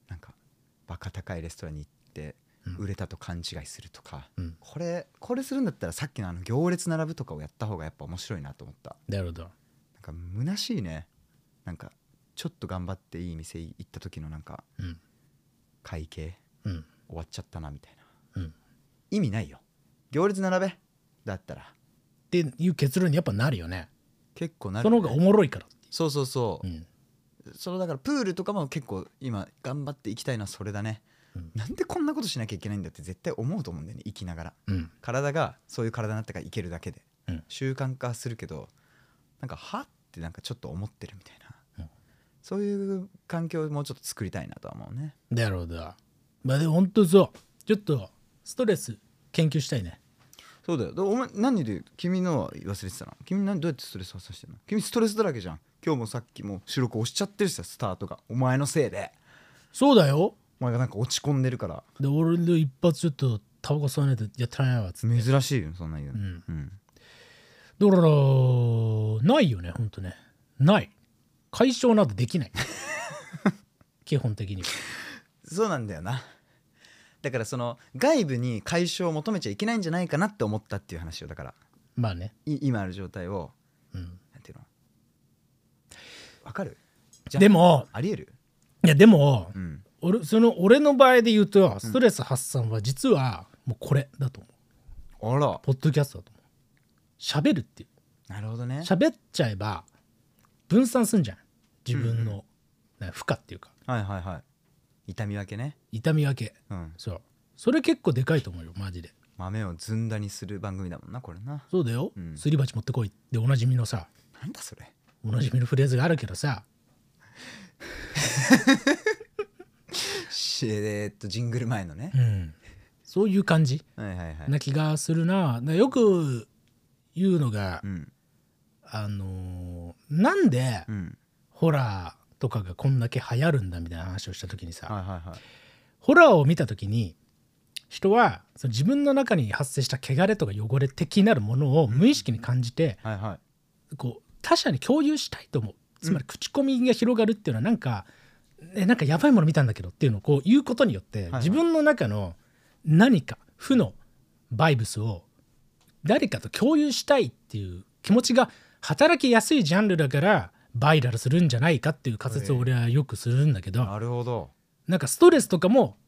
S2: なんかバカ高いレストランに行って
S1: うん
S2: 売れたと勘違いするとか、
S1: うん
S2: これこれするんだったらさっきのあの行列並ぶとかをやった方がやっぱ面白いなと思った
S1: なるほど
S2: なんか虚しいねなんかちょっと頑張っていい店行った時のなんか
S1: うん
S2: 会計
S1: うん
S2: 終わっちゃったなみたいな
S1: うん
S2: 意味ないよ行列並べだったら
S1: っていう結論にやっぱなるよね
S2: 結構なる
S1: そ
S2: よね、
S1: の方がおもろいからってい
S2: そうそうそう
S1: う、うん、
S2: うそのだからプールとかも結構今頑張っていきたいのはそれだね、
S1: うん
S2: なんでこんなことしなきゃいけないんだって絶対思うと思うんだよね生きながら
S1: うん、
S2: 体がそういう体になったからいけるだけで、
S1: うん
S2: 習慣化するけどなんかはってなんかちょっと思ってるみたいな、
S1: うん
S2: そういう環境をもうちょっと作りたいなとは思うね
S1: なるほどまあでも本当そうちょっとストレス研究したいね
S2: そうだよだお前何で君のは忘れてたの君何どうやってストレス発散してんの君ストレスだらけじゃん今日もさっきもう収録押しちゃってるしさスタートがお前のせいで
S1: そうだよ
S2: お前がなんか落ち込んでるから
S1: で俺の一発ちょっとタバコ吸わないとやってないわっつって
S2: 珍しいよそんな言うの
S1: うん
S2: うん、
S1: だからないよねほんとねない解消などで きない基本的には
S2: そうなんだよなだからその外部に解消を求めちゃいけないんじゃないかなって思ったっていう話をだから
S1: まあね
S2: い今ある状態を
S1: うん
S2: なんていうのわかるじゃあ
S1: でも
S2: ありえる
S1: いやでも
S2: うん
S1: 俺その俺の場合で言うとストレス発散は実はもうこれだと思う、
S2: あら
S1: ポッドキャストだと思う喋るっていう
S2: なるほどね
S1: 喋っちゃえば分散すんじゃん自分
S2: うん
S1: のなんか負荷っていうか
S2: はいはいはい痛み分けね
S1: 痛み分け
S2: うん
S1: そうそれ結構でかいと思うよマジで
S2: 豆をずんだにする番組だもんなこれな
S1: そうだよ、
S2: うん
S1: すり鉢持ってこいでおなじみのさ
S2: なんだそれ
S1: おなじみのフレーズがあるけどさ
S2: し えーっとジングル前のね
S1: う、んそういう感じ
S2: はいはいはい
S1: な気がするななよく言うのが、
S2: うん
S1: あのーなんで
S2: うん
S1: ホラーとかがこんだけ流行るんだみたいな話をした時にさ、
S2: はいはいはい
S1: ホラーを見た時に人はその自分の中に発生した汚れとか汚れ的なるものを無意識に感じて、
S2: はいはい
S1: こう他者に共有したいと思うつまり口コミが広がるっていうのはなんか、えなんかやばいもの見たんだけどっていうのをこう言うことによって、
S2: いはい
S1: 自分の中の何か負のバイブスを誰かと共有したいっていう気持ちが働きやすいジャンルだからバイラルするんじゃないかっていう仮説を俺はよくするんだけど、
S2: なるほど
S1: なんかストレスとかも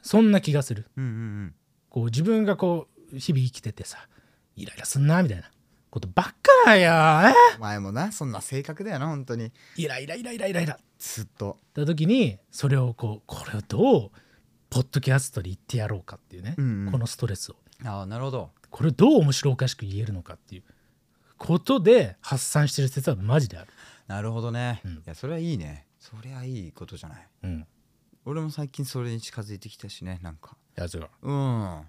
S1: そんな気がする。
S2: うんうん
S1: こう自分がこう日々生きててさイライラすんなみたいなことばっかだよ、
S2: うんお前もなそんな性格だよな本当に
S1: えイライライライライライラ
S2: ずっと
S1: った時にそれをこうこれをどうポッドキャストで言ってやろうかっていうね、
S2: うんうん
S1: このストレスを
S2: ああなるほど
S1: これをどう面白おかしく言えるのかっていうことで発散してる説はマジである、
S2: なるほどね、
S1: うん
S2: いやそれはいいねそりゃいいことじゃない
S1: うん、い
S2: 俺も最近それに近づいてきたしねなんか
S1: やそう
S2: うん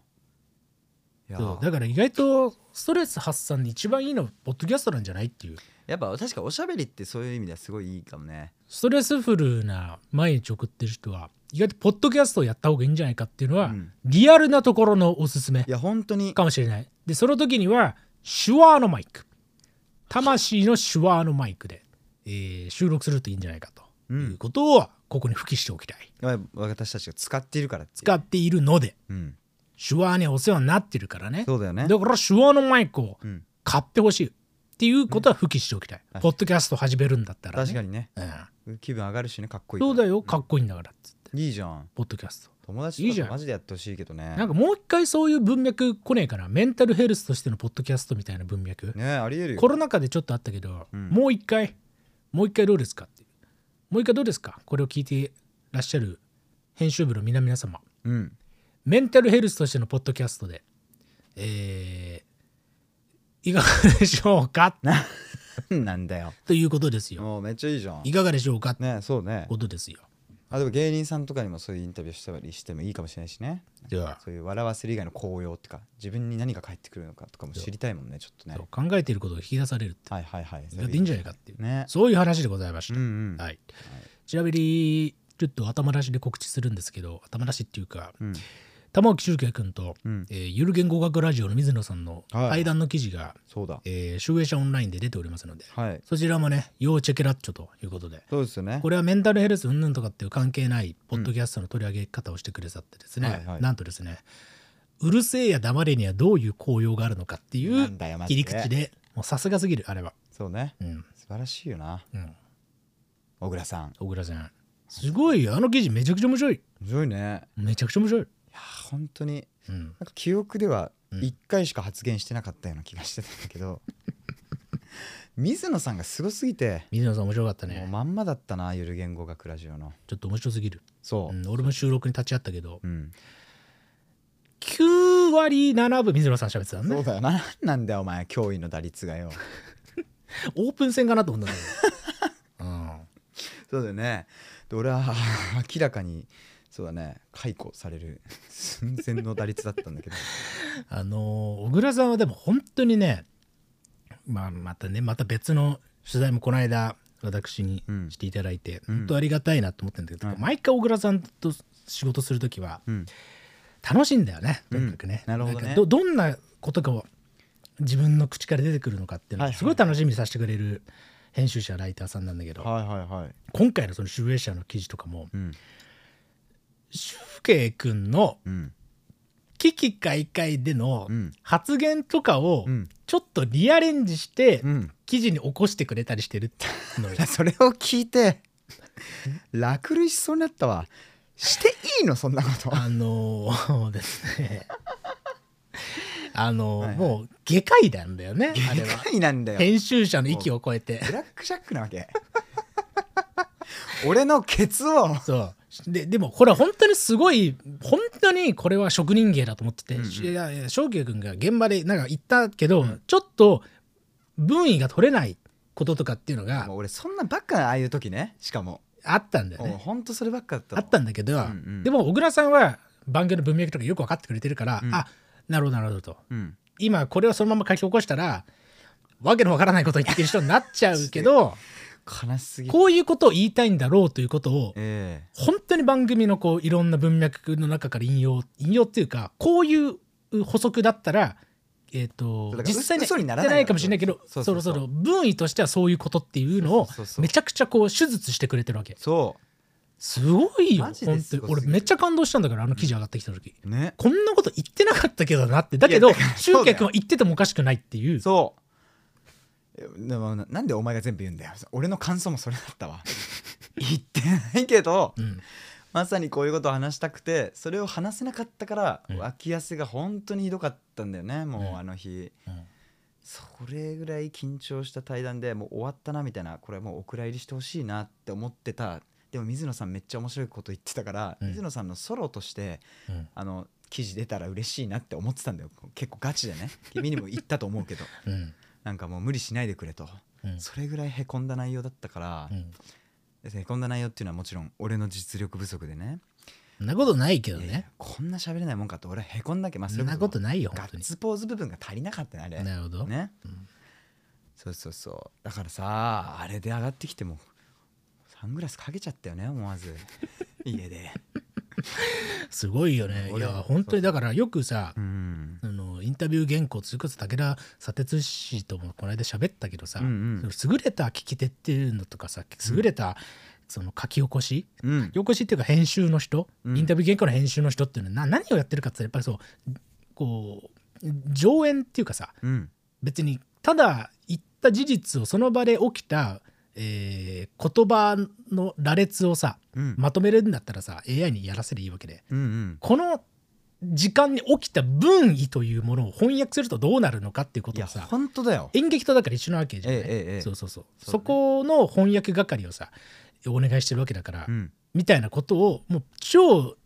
S2: いや
S1: そうだから意外とストレス発散で一番いいのはポッドキャストなんじゃないっていう
S2: やっぱ確かおしゃべりってそういう意味ではすごいいいかもね
S1: ストレスフルな毎日送ってる人は意外とポッドキャストをやった方がいいんじゃないかっていうのは、
S2: うん
S1: リアルなところのおすすめ
S2: いや本当に
S1: かもしれないでその時には手話のマイク魂の手話のマイクで、えー収録するといいんじゃないかと、
S2: うん
S1: いうことをここに付記しておきたい
S2: やっぱ私たちが使っているからっていう
S1: 使っているので
S2: うん、
S1: 手話にお世話になってるからね
S2: そうだよね
S1: だから手話のマイクを
S2: うん、
S1: 買ってほしいっていうことは付記しておきたい、
S2: はい
S1: ポッドキャスト始めるんだったら、ね、
S2: 確かにね
S1: に、
S2: 気分上がるしねかっこいい
S1: そうだよか
S2: か
S1: っこいいんだからっつって
S2: らいいじゃん
S1: ポッドキャスト
S2: 友達
S1: い
S2: と
S1: いじ
S2: か
S1: ゃん
S2: とマジでやってほしいけどね
S1: なんかもう一回そういう文脈来ねえからメンタルヘルスとしてのポッドキャストみたいな文脈、
S2: ねありえるよ
S1: コロナ禍でちょっとあったけど、
S2: うん
S1: もう一回もう一回どうですかってもう一回どうですかこれを聞いてらっしゃる編集部の皆々様
S2: うん
S1: メンタルヘルスとしてのポッドキャストでえーいかがでしょうか
S2: ななん だよ
S1: ということですよ
S2: もうめっちゃいいじゃん
S1: いかがでしょうかって
S2: ねそうね
S1: ことですよ
S2: あでも芸人さんとかにもそういうインタビューしたりしてもいいかもしれないしね
S1: では
S2: そういう笑わせる以外の効用とか自分に何が返ってくるのかとかも知りたいもんねちょっとね
S1: そう考えていることを引き出されるって
S2: はいはいはい
S1: 意外といいんじゃないかっていう、
S2: ね
S1: そういう話でございました
S2: うんうん
S1: はい、ちなみにちょっと頭出しで告知するんですけど頭出しっていうか、
S2: うん
S1: 玉置周慶君と、
S2: うん
S1: えーゆる言語学ラジオの水野さんの
S2: はい
S1: 対談の記事が、
S2: そうだ
S1: えー集英社オンラインで出ておりますので、
S2: はい
S1: そちらもね要チェケラッチョということで
S2: そうですよね
S1: これはメンタルヘルス云々とかっていう関係ないポッドキャストの取り上げ方をしてくれさってですね、
S2: はいはい
S1: なんとですねうるせえや黙れにはどういう効用があるのかってい
S2: な
S1: うん
S2: だよマ
S1: 切
S2: ジで
S1: り口でもうさすがすぎるあれは
S2: そうね
S1: うん
S2: 素晴らしいよな
S1: うん
S2: 小倉さん
S1: 小倉さんすごいあの記事めちゃくちゃ面白い
S2: 面白いね
S1: めちゃくちゃ面白い
S2: いや本当に
S1: うん
S2: なんか記憶では
S1: うん
S2: 1回しか発言してなかったような気がしてたんだけ ど水野さんがすごすぎて
S1: 水野さん面白かった
S2: もう
S1: ね
S2: まんまだったなゆる言語学ラジオの
S1: ちょっと面白すぎる、、
S2: そううん
S1: 俺も収録に立ち会ったけど
S2: うん
S1: 9割7分水野さん喋ってた
S2: そ
S1: ね
S2: うだよななんだよお前脅威の打率がよ
S1: オープン戦かなと思ったん だ
S2: そうだよねで俺は 明らかにそうだね解雇される寸前の打率だったんだけど
S1: けど、うん、あのー小倉さんはでも本当にねまあまたねまた別の取材もこの間私に
S2: うん
S1: していただいて、
S2: うん
S1: 本当ありがたいなと思ってるんだけど、
S2: はい
S1: 毎回小倉さんと仕事する時は
S2: うん
S1: 楽しいんだよねとにかくね、
S2: うんなるほどね
S1: んかどどんなことが自分の口から出てくるのかっていうの
S2: は
S1: を
S2: いはい
S1: すごい楽しみにさせてくれる編集者ライターさんなんだけど、
S2: はいはいはい
S1: 今回のその集英社の記事とかも
S2: うん
S1: 周慶君の
S2: うん
S1: 危機開会での
S2: うん
S1: 発言とかを
S2: うん
S1: ちょっとリアレンジして
S2: うん
S1: 記事に起こしてくれたりしてるっていうのよ
S2: それを聞いて落類しそうになったわしていいのそんなこと
S1: あのーですねあのー
S2: はいはい
S1: もう下界なんだよねあれ
S2: で
S1: は
S2: かいなんだよ
S1: 編集者の域を超えて
S2: ブラックジャックなわけ 俺のケツを
S1: そうででもこれは本当にすごい本当にこれは職人芸だと思ってて、
S2: うんうん
S1: いやいや翔く君が現場でなんか言ったけど、ちょっと分位が取れないこととかっていうのが
S2: もう俺そんなばっかなああいう時ねしかも
S1: あったんだよ
S2: もう
S1: ね
S2: ほんとそればっかだった
S1: あ
S2: もん
S1: ったんだけど、
S2: んうん
S1: でも小倉さんは番組の文脈とかよく分かってくれてるから、
S2: うん
S1: あなるほどなるほどと
S2: うん
S1: 今これをそのまま書き起こしたらわけのわからないことを言ってる人になっちゃうけ ど
S2: 悲しすぎる
S1: こういうことを言いたいんだろうということを
S2: え
S1: 本当に番組のこういろんな文脈の中から引用引用っていうかこういう補足だったら、えー、と
S2: だから
S1: 実際には
S2: 嘘になら
S1: 言
S2: ない
S1: ってないかもしれないけど
S2: そ
S1: そ
S2: うそうそ
S1: ろ
S2: う
S1: そろ分位としてはそういうことっていうのを
S2: そうそうそうそう
S1: めちゃくちゃこう手術してくれてるわけ
S2: えそ
S1: すごいよ
S2: マ
S1: 本
S2: ジ
S1: 当
S2: で
S1: に
S2: すごすぎる
S1: 俺めっちゃ感動したんだからあの記事上がってきた時、
S2: うね
S1: こんなこと言ってなかったけどなってだけど
S2: いやだから
S1: 集
S2: そうだよ
S1: 客は言っててもおかしくないっていう
S2: そうえでもななんでお前が全部言うんだよ俺の感想もそれだっ たわ言ってないけど、
S1: ん
S2: まさにこういうことを話したくてそれを話せなかったから、
S1: うん
S2: 脇汗が本当にひどかったんだよねもう、
S1: うん
S2: あの日、
S1: うん
S2: それぐらい緊張した対談でもう終わったなみたいなこれはもうお蔵入りしてほしいなって思ってたでも水野さんめっちゃ面白いこと言ってたから、
S1: うん
S2: 水野さんのソロとして
S1: うん
S2: あの記事出たら嬉しいなって思ってたんだよ結構ガチでね君にも言ったと思う けど
S1: うん
S2: なんかもう無理しないでくれと、
S1: うん
S2: それぐらいへこんだ内容だったから
S1: う、ん
S2: でへこんだ内容っていうのはもちろん俺の実力不足でね
S1: そんなことないけど
S2: いやいや
S1: ね
S2: こんな喋れないもんかって俺はへこんだけどまあ
S1: そんなこと
S2: な
S1: な
S2: い
S1: いよ
S2: ガ
S1: 本当
S2: ッ
S1: に
S2: ツポーズ部分が足りなかったねあれ
S1: なるほど、
S2: ね、
S1: ん
S2: そうそうそうだからさあれで上がってきてもサングラスかけちゃったよね思 わず家で
S1: すごいよねい
S2: 俺
S1: や本当にだからよくさ、
S2: うん
S1: あのインタビュー原稿それこそ武田砂鉄氏ともこの間喋ったけどさ、
S2: うんうん
S1: その優れた聞き手っていうのとかさ優れたその書き起こし、
S2: うん
S1: 書き起こしっていうか編集の人、
S2: うん
S1: インタビュー原稿の編集の人っていうのはな何をやってるかって言ったらやっぱりそうこう上演っていうかさ
S2: うん
S1: 別にただ言った事実をその場で起きた、えー言葉の羅列をさ
S2: うん
S1: まとめるんだったらさ AI にやらせりゃいいわけで。
S2: うんうん
S1: この時間に起きた分異というものを翻訳するとどうなるのかっていうこ
S2: い
S1: と
S2: や
S1: をさ
S2: 本当だよ
S1: 演劇とだから一緒なわけじゃない、
S2: ええええええ
S1: そうそうそうそ
S2: そうね
S1: この翻訳係をさお願いしてるわけだから、
S2: うん
S1: みたいなことをもう超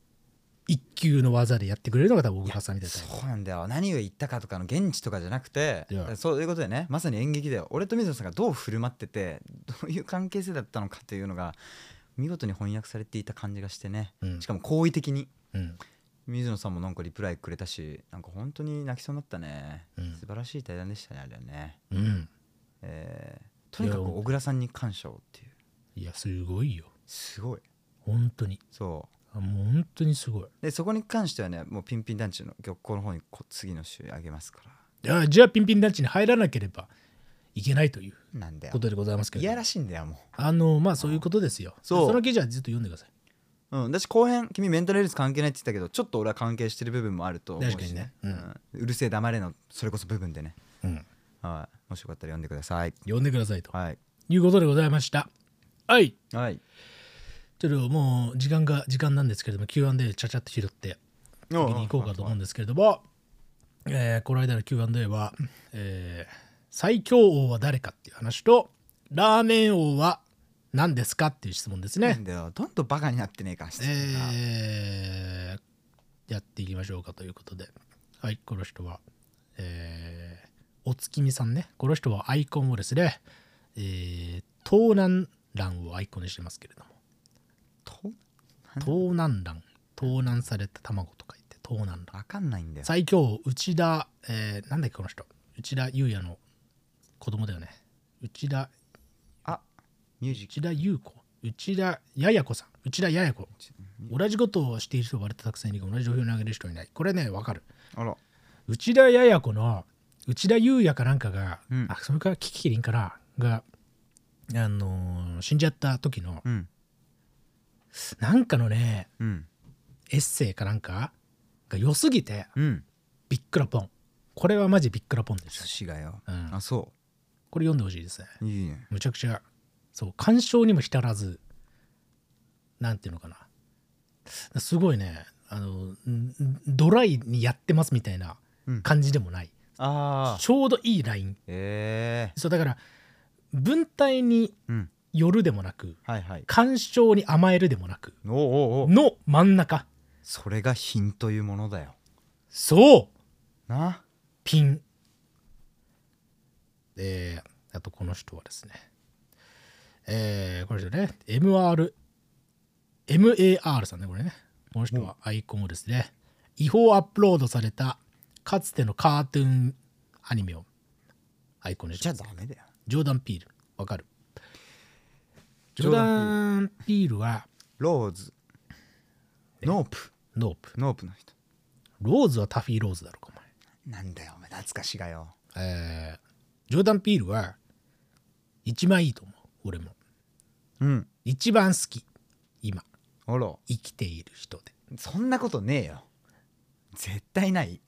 S1: 一級の技でやってくれるのが多分小倉さんみたいな
S2: そうなんだよ何を言ったかとかの現地とかじゃなくて
S1: いや
S2: そういうことでねまさに演劇だよ俺と水野さんがどう振る舞っててどういう関係性だったのかというのが見事に翻訳されていた感じがしてね、
S1: うん
S2: しかも好意的に
S1: うん
S2: 水野さんもなんかリプライくれたしなんか本当に泣きそうになったね、
S1: うん
S2: 素晴らしい対談でしたねあれはね、
S1: うん
S2: えーとにかく
S1: いや
S2: 小倉さんに感謝をっていう
S1: いやすごいよ
S2: すごい
S1: 本当に
S2: そ
S1: あもう本当にすごいう
S2: でそこに関してはねもうピンピン団地の玉光の方にこ次の週あげますか
S1: いやじゃあピンピン団地に入らなければいけないという
S2: らなんだよ
S1: ことでございますけ
S2: い
S1: ど
S2: やらしいんだよもう
S1: あのまあそういうことですよ
S2: そう
S1: その記事はずっと読んでください
S2: うん、だし後編君メンタルヘルス関係ないって言ったけどちょっと俺は関係してる部分もあると思うし、
S1: 確かにねう
S2: うんんうるせえ黙れのそれこそ部分でね、
S1: うん
S2: はい、もしよかったら読んでください
S1: 読んでくださいと
S2: はい
S1: いうことでございました。はい。
S2: はい
S1: ちょっともう時間が時間なんですけれども Q&A ちゃちゃっと拾って次に行こうかと思うんですけれども、えーこの間の Q&A は、えー最強王は誰かっていう話とラーメン王は何ですかっていう質問です
S2: なん
S1: ね。
S2: だよどんどんバカになってねえか質問が
S1: えーやっていきましょうかということではいこの人は、えーお月見さんねこの人はアイコンをですね、えー東南蘭をアイコンにしてますけれども
S2: と
S1: 東南蘭盗難された卵とか言って東南蘭
S2: わかんないんだよ
S1: 最強内田、えーなんだっけこの人内田裕也の子供だよね内田
S2: あミュージック
S1: 内田裕子内田やや子さん内田やや子同じことをしている人は割とたくさんいるが同じ状況を投げる人はいないこれねわかる
S2: あら
S1: 内田やや子の内田裕也かなんかが、
S2: うん
S1: あそれからキキキリンかながあのー死んじゃった時の
S2: うん
S1: なんかのね
S2: うん
S1: エッセイかなんかが良すぎて
S2: うん
S1: ビックラポンこれはマジビックラポンで
S2: 寿
S1: す
S2: 司がよ、
S1: うん
S2: あそ
S1: これ読んでほしいですね
S2: ういいね
S1: むちゃくちゃそう鑑賞にも浸らずなんていうのかなすごいねあのんんドライにやってますみたいな
S2: うん
S1: 感じでもない、
S2: ああ
S1: ちょうどいいライン
S2: え
S1: そうだから文体に
S2: えうん
S1: 寄るでもなく
S2: はいはい
S1: 干渉に甘えるでもなく
S2: おうおうおう
S1: の真ん中
S2: それが品というものだよ
S1: そう
S2: な
S1: ピン。えー、あとこの人はですね、えー、これですよね、MR、MAR さんね、これね。この人はアイコンをですね、違法アップロードされたかつてのカートゥーンアニメをアイコンにし
S2: じ
S1: て
S2: ゃあ
S1: ます
S2: ダメだよ
S1: ジョーダン・ピール、わかるジ
S2: ジ
S1: ョ
S2: ョ
S1: ー
S2: ー
S1: ダン・ピールは
S2: ローズノープ
S1: ノープ。
S2: ノープの人
S1: ローズはタフィー・ローズだろうか、お前。
S2: なんだよお前懐かしがよ
S1: えー、ジョーダン・ピールは一番いいと思う、俺も。
S2: うん
S1: 一番好き今
S2: あら
S1: 生きている人で
S2: そんなことねえよ絶対ない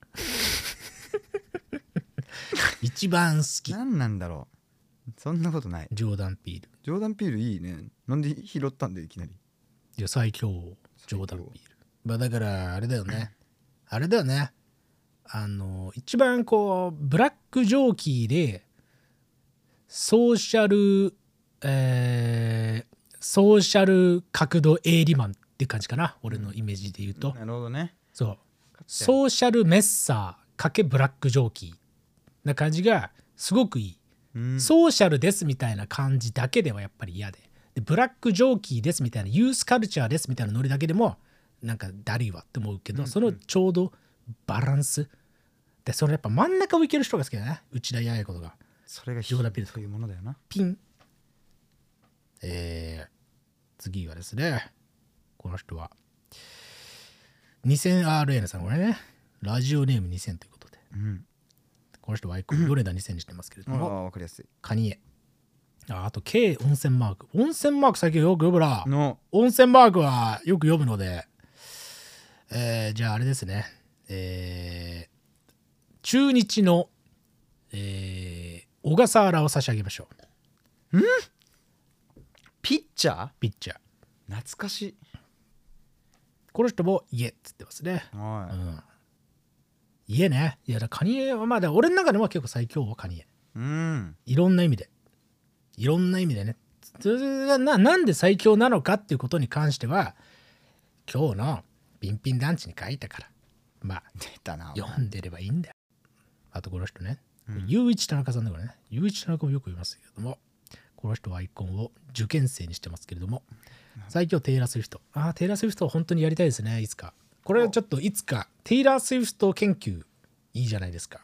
S1: 一番好き
S2: 何なんだろうそんなことない
S1: ジョーダン・ピール
S2: ジョーダン・ピールいいねなんで拾ったんだよいきなり
S1: いや最強ジョーダン・ピールまあだからあれだよねあれだよねあの一番こうブラックジョーキーでソーシャルえーソーシャル角度営利マンって感じかな俺のイメージで言うと、
S2: なるほどね
S1: そうソーシャルメッサーかけブラックジョーキーな感じがすごくいい
S2: うん
S1: ソーシャルですみたいな感じだけではやっぱり嫌ででブラックジョーキーですみたいなユースカルチャーですみたいなノリだけでもなんかだるいわって思うけど、そのちょうどバランスでそれやっぱ真ん中をいける人が好きだね内田ややことが
S2: それが
S1: ジョーダンピール
S2: というものだよな
S1: ピンえー、次はですねこの人は 2000RN さんこれねラジオネーム2000ということで
S2: うん
S1: この人はアイコンヨネダ2000にしてますけれど
S2: あ
S1: も、
S2: あ分かりやすい
S1: カニエ。ああと、K 温泉マーク。温泉マーク最近よく呼ぶな。
S2: の
S1: 温泉マークはよく呼ぶので、えーじゃああれですね。えー中日の、えー小笠原を差し上げましょう。
S2: ピッチャー
S1: ピッチャー。
S2: 懐かしい
S1: この人も家っつってますね。う
S2: は
S1: ん。家ね。いや、だからカニエはまあ、だから俺の中でも結構最強はカニエ。
S2: いうん
S1: いろんな意味で。いろんな意味でね。それがななんで最強なのかっていうことに関しては、今日のピンピン団地に書いたから、まあ、
S2: 出たなお前
S1: 読んでればいいんだよ。あとこの人ね、雄一田中さんだからね、雄一田中もよく言いますけれども、この人はアイコンを受験生にしてますけれども、最強テイラー・スウィフト。ああ、テイラー・スウィフト本当にやりたいですね、いつか。これはちょっといつか、テイラー・スウィフト研究、いいじゃないですか。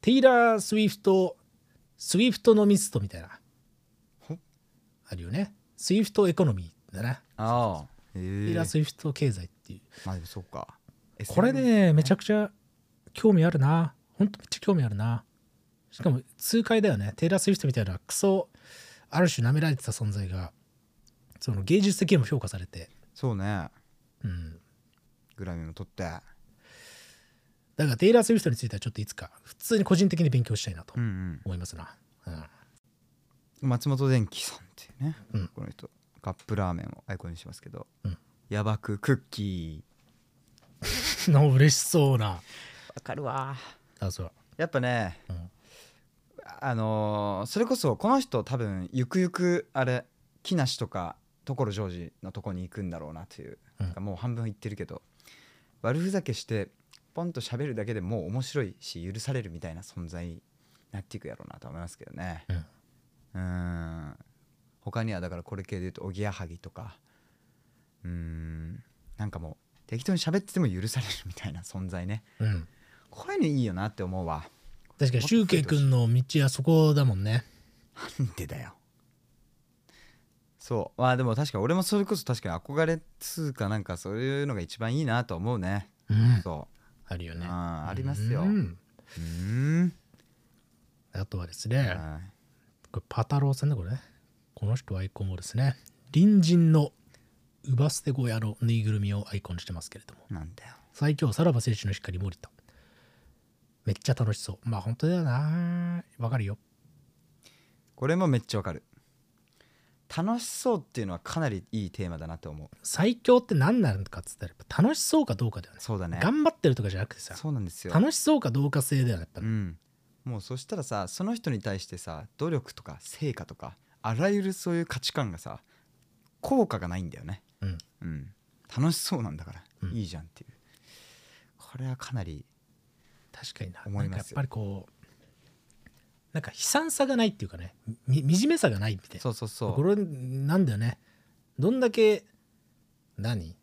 S1: テイラー・スウィフト、スウィフトのミストみたいな
S2: ほ。
S1: あるよね。スウィフトエコノミーだな。
S2: ああ
S1: テ
S2: え
S1: イラー・
S2: え
S1: スウィフト経済っていう。
S2: まあでもそうか
S1: これ
S2: SNS
S1: ねめちゃくちゃ興味あるなほんとめっちゃ興味あるなしかも痛快だよねテイラー・スウィフトみたいなクソある種舐められてた存在がその芸術的にも評価されて
S2: そうね
S1: うん
S2: グラミーも取って
S1: だからテイラー・スウィフトについてはちょっといつか普通に個人的に勉強したいなと
S2: うん
S1: 思いますな、うん
S2: うん松本電機さんっていうね
S1: うん
S2: この人カップラーメンをアイコンにしますけど
S1: うん
S2: やばくクッキ
S1: の嬉しそうな
S2: ーわかるわ
S1: あそう
S2: やっぱね、
S1: うん
S2: あのーそれこそこの人多分ゆくゆくあれ木梨とか所ジョージのとこに行くんだろうなという、
S1: う
S2: もう半分言ってるけど悪ふざけしてポンと喋るだけでもう面白いし許されるみたいな存在になっていくやろうなと思いますけどね
S1: うん
S2: うーん他にはだからこれ系で言うとおぎやはぎとかうーんなんかもう適当に喋ってても許されるみたいな存在ね
S1: うん
S2: こういうのいいよなって思うわ
S1: 確かにシュウケイ君の道はそこだもんね
S2: なんでだよそうまあでも確か俺もそれこそ確かに憧れっつうかなんかそういうのが一番いいなと思うね、
S1: うん
S2: そ
S1: あるよ
S2: う、
S1: ね
S2: あありますよう
S1: うんん
S2: ん
S1: あとはですね、
S2: はい
S1: これパタローさんねこれねこの人はアイコンもですね隣人のウバステ小屋のぬいぐるみをアイコンにしてますけれども
S2: なんだよ
S1: 最強さらば青春の光森田めっちゃ楽しそうまあ本当だよなわかるよ
S2: これもめっちゃわかる楽しそうっていうのはかなりいいテーマだなと思う
S1: 最強って何なのかっつったらやっぱ楽しそうかどうかだよね
S2: そうだね
S1: 頑張ってるとかじゃなくてさ
S2: そうなんですよ
S1: 楽しそうかどうか性だよねやっぱ
S2: う
S1: ね
S2: んもうそしたらさその人に対してさ努力とか成果とかあらゆるそういう価値観がさ効果がないんだよね、
S1: うん
S2: うん楽しそうなんだから、
S1: うん
S2: いいじゃんっていうこれはかなり
S1: 確かにな
S2: 思
S1: な
S2: い
S1: んか
S2: ま
S1: やっ
S2: すよ
S1: ぱりこうなんか悲惨さがないっていうかねみ惨めさがないみたいな
S2: そうそうそ
S1: こ
S2: う
S1: れなんだよねどんだけ何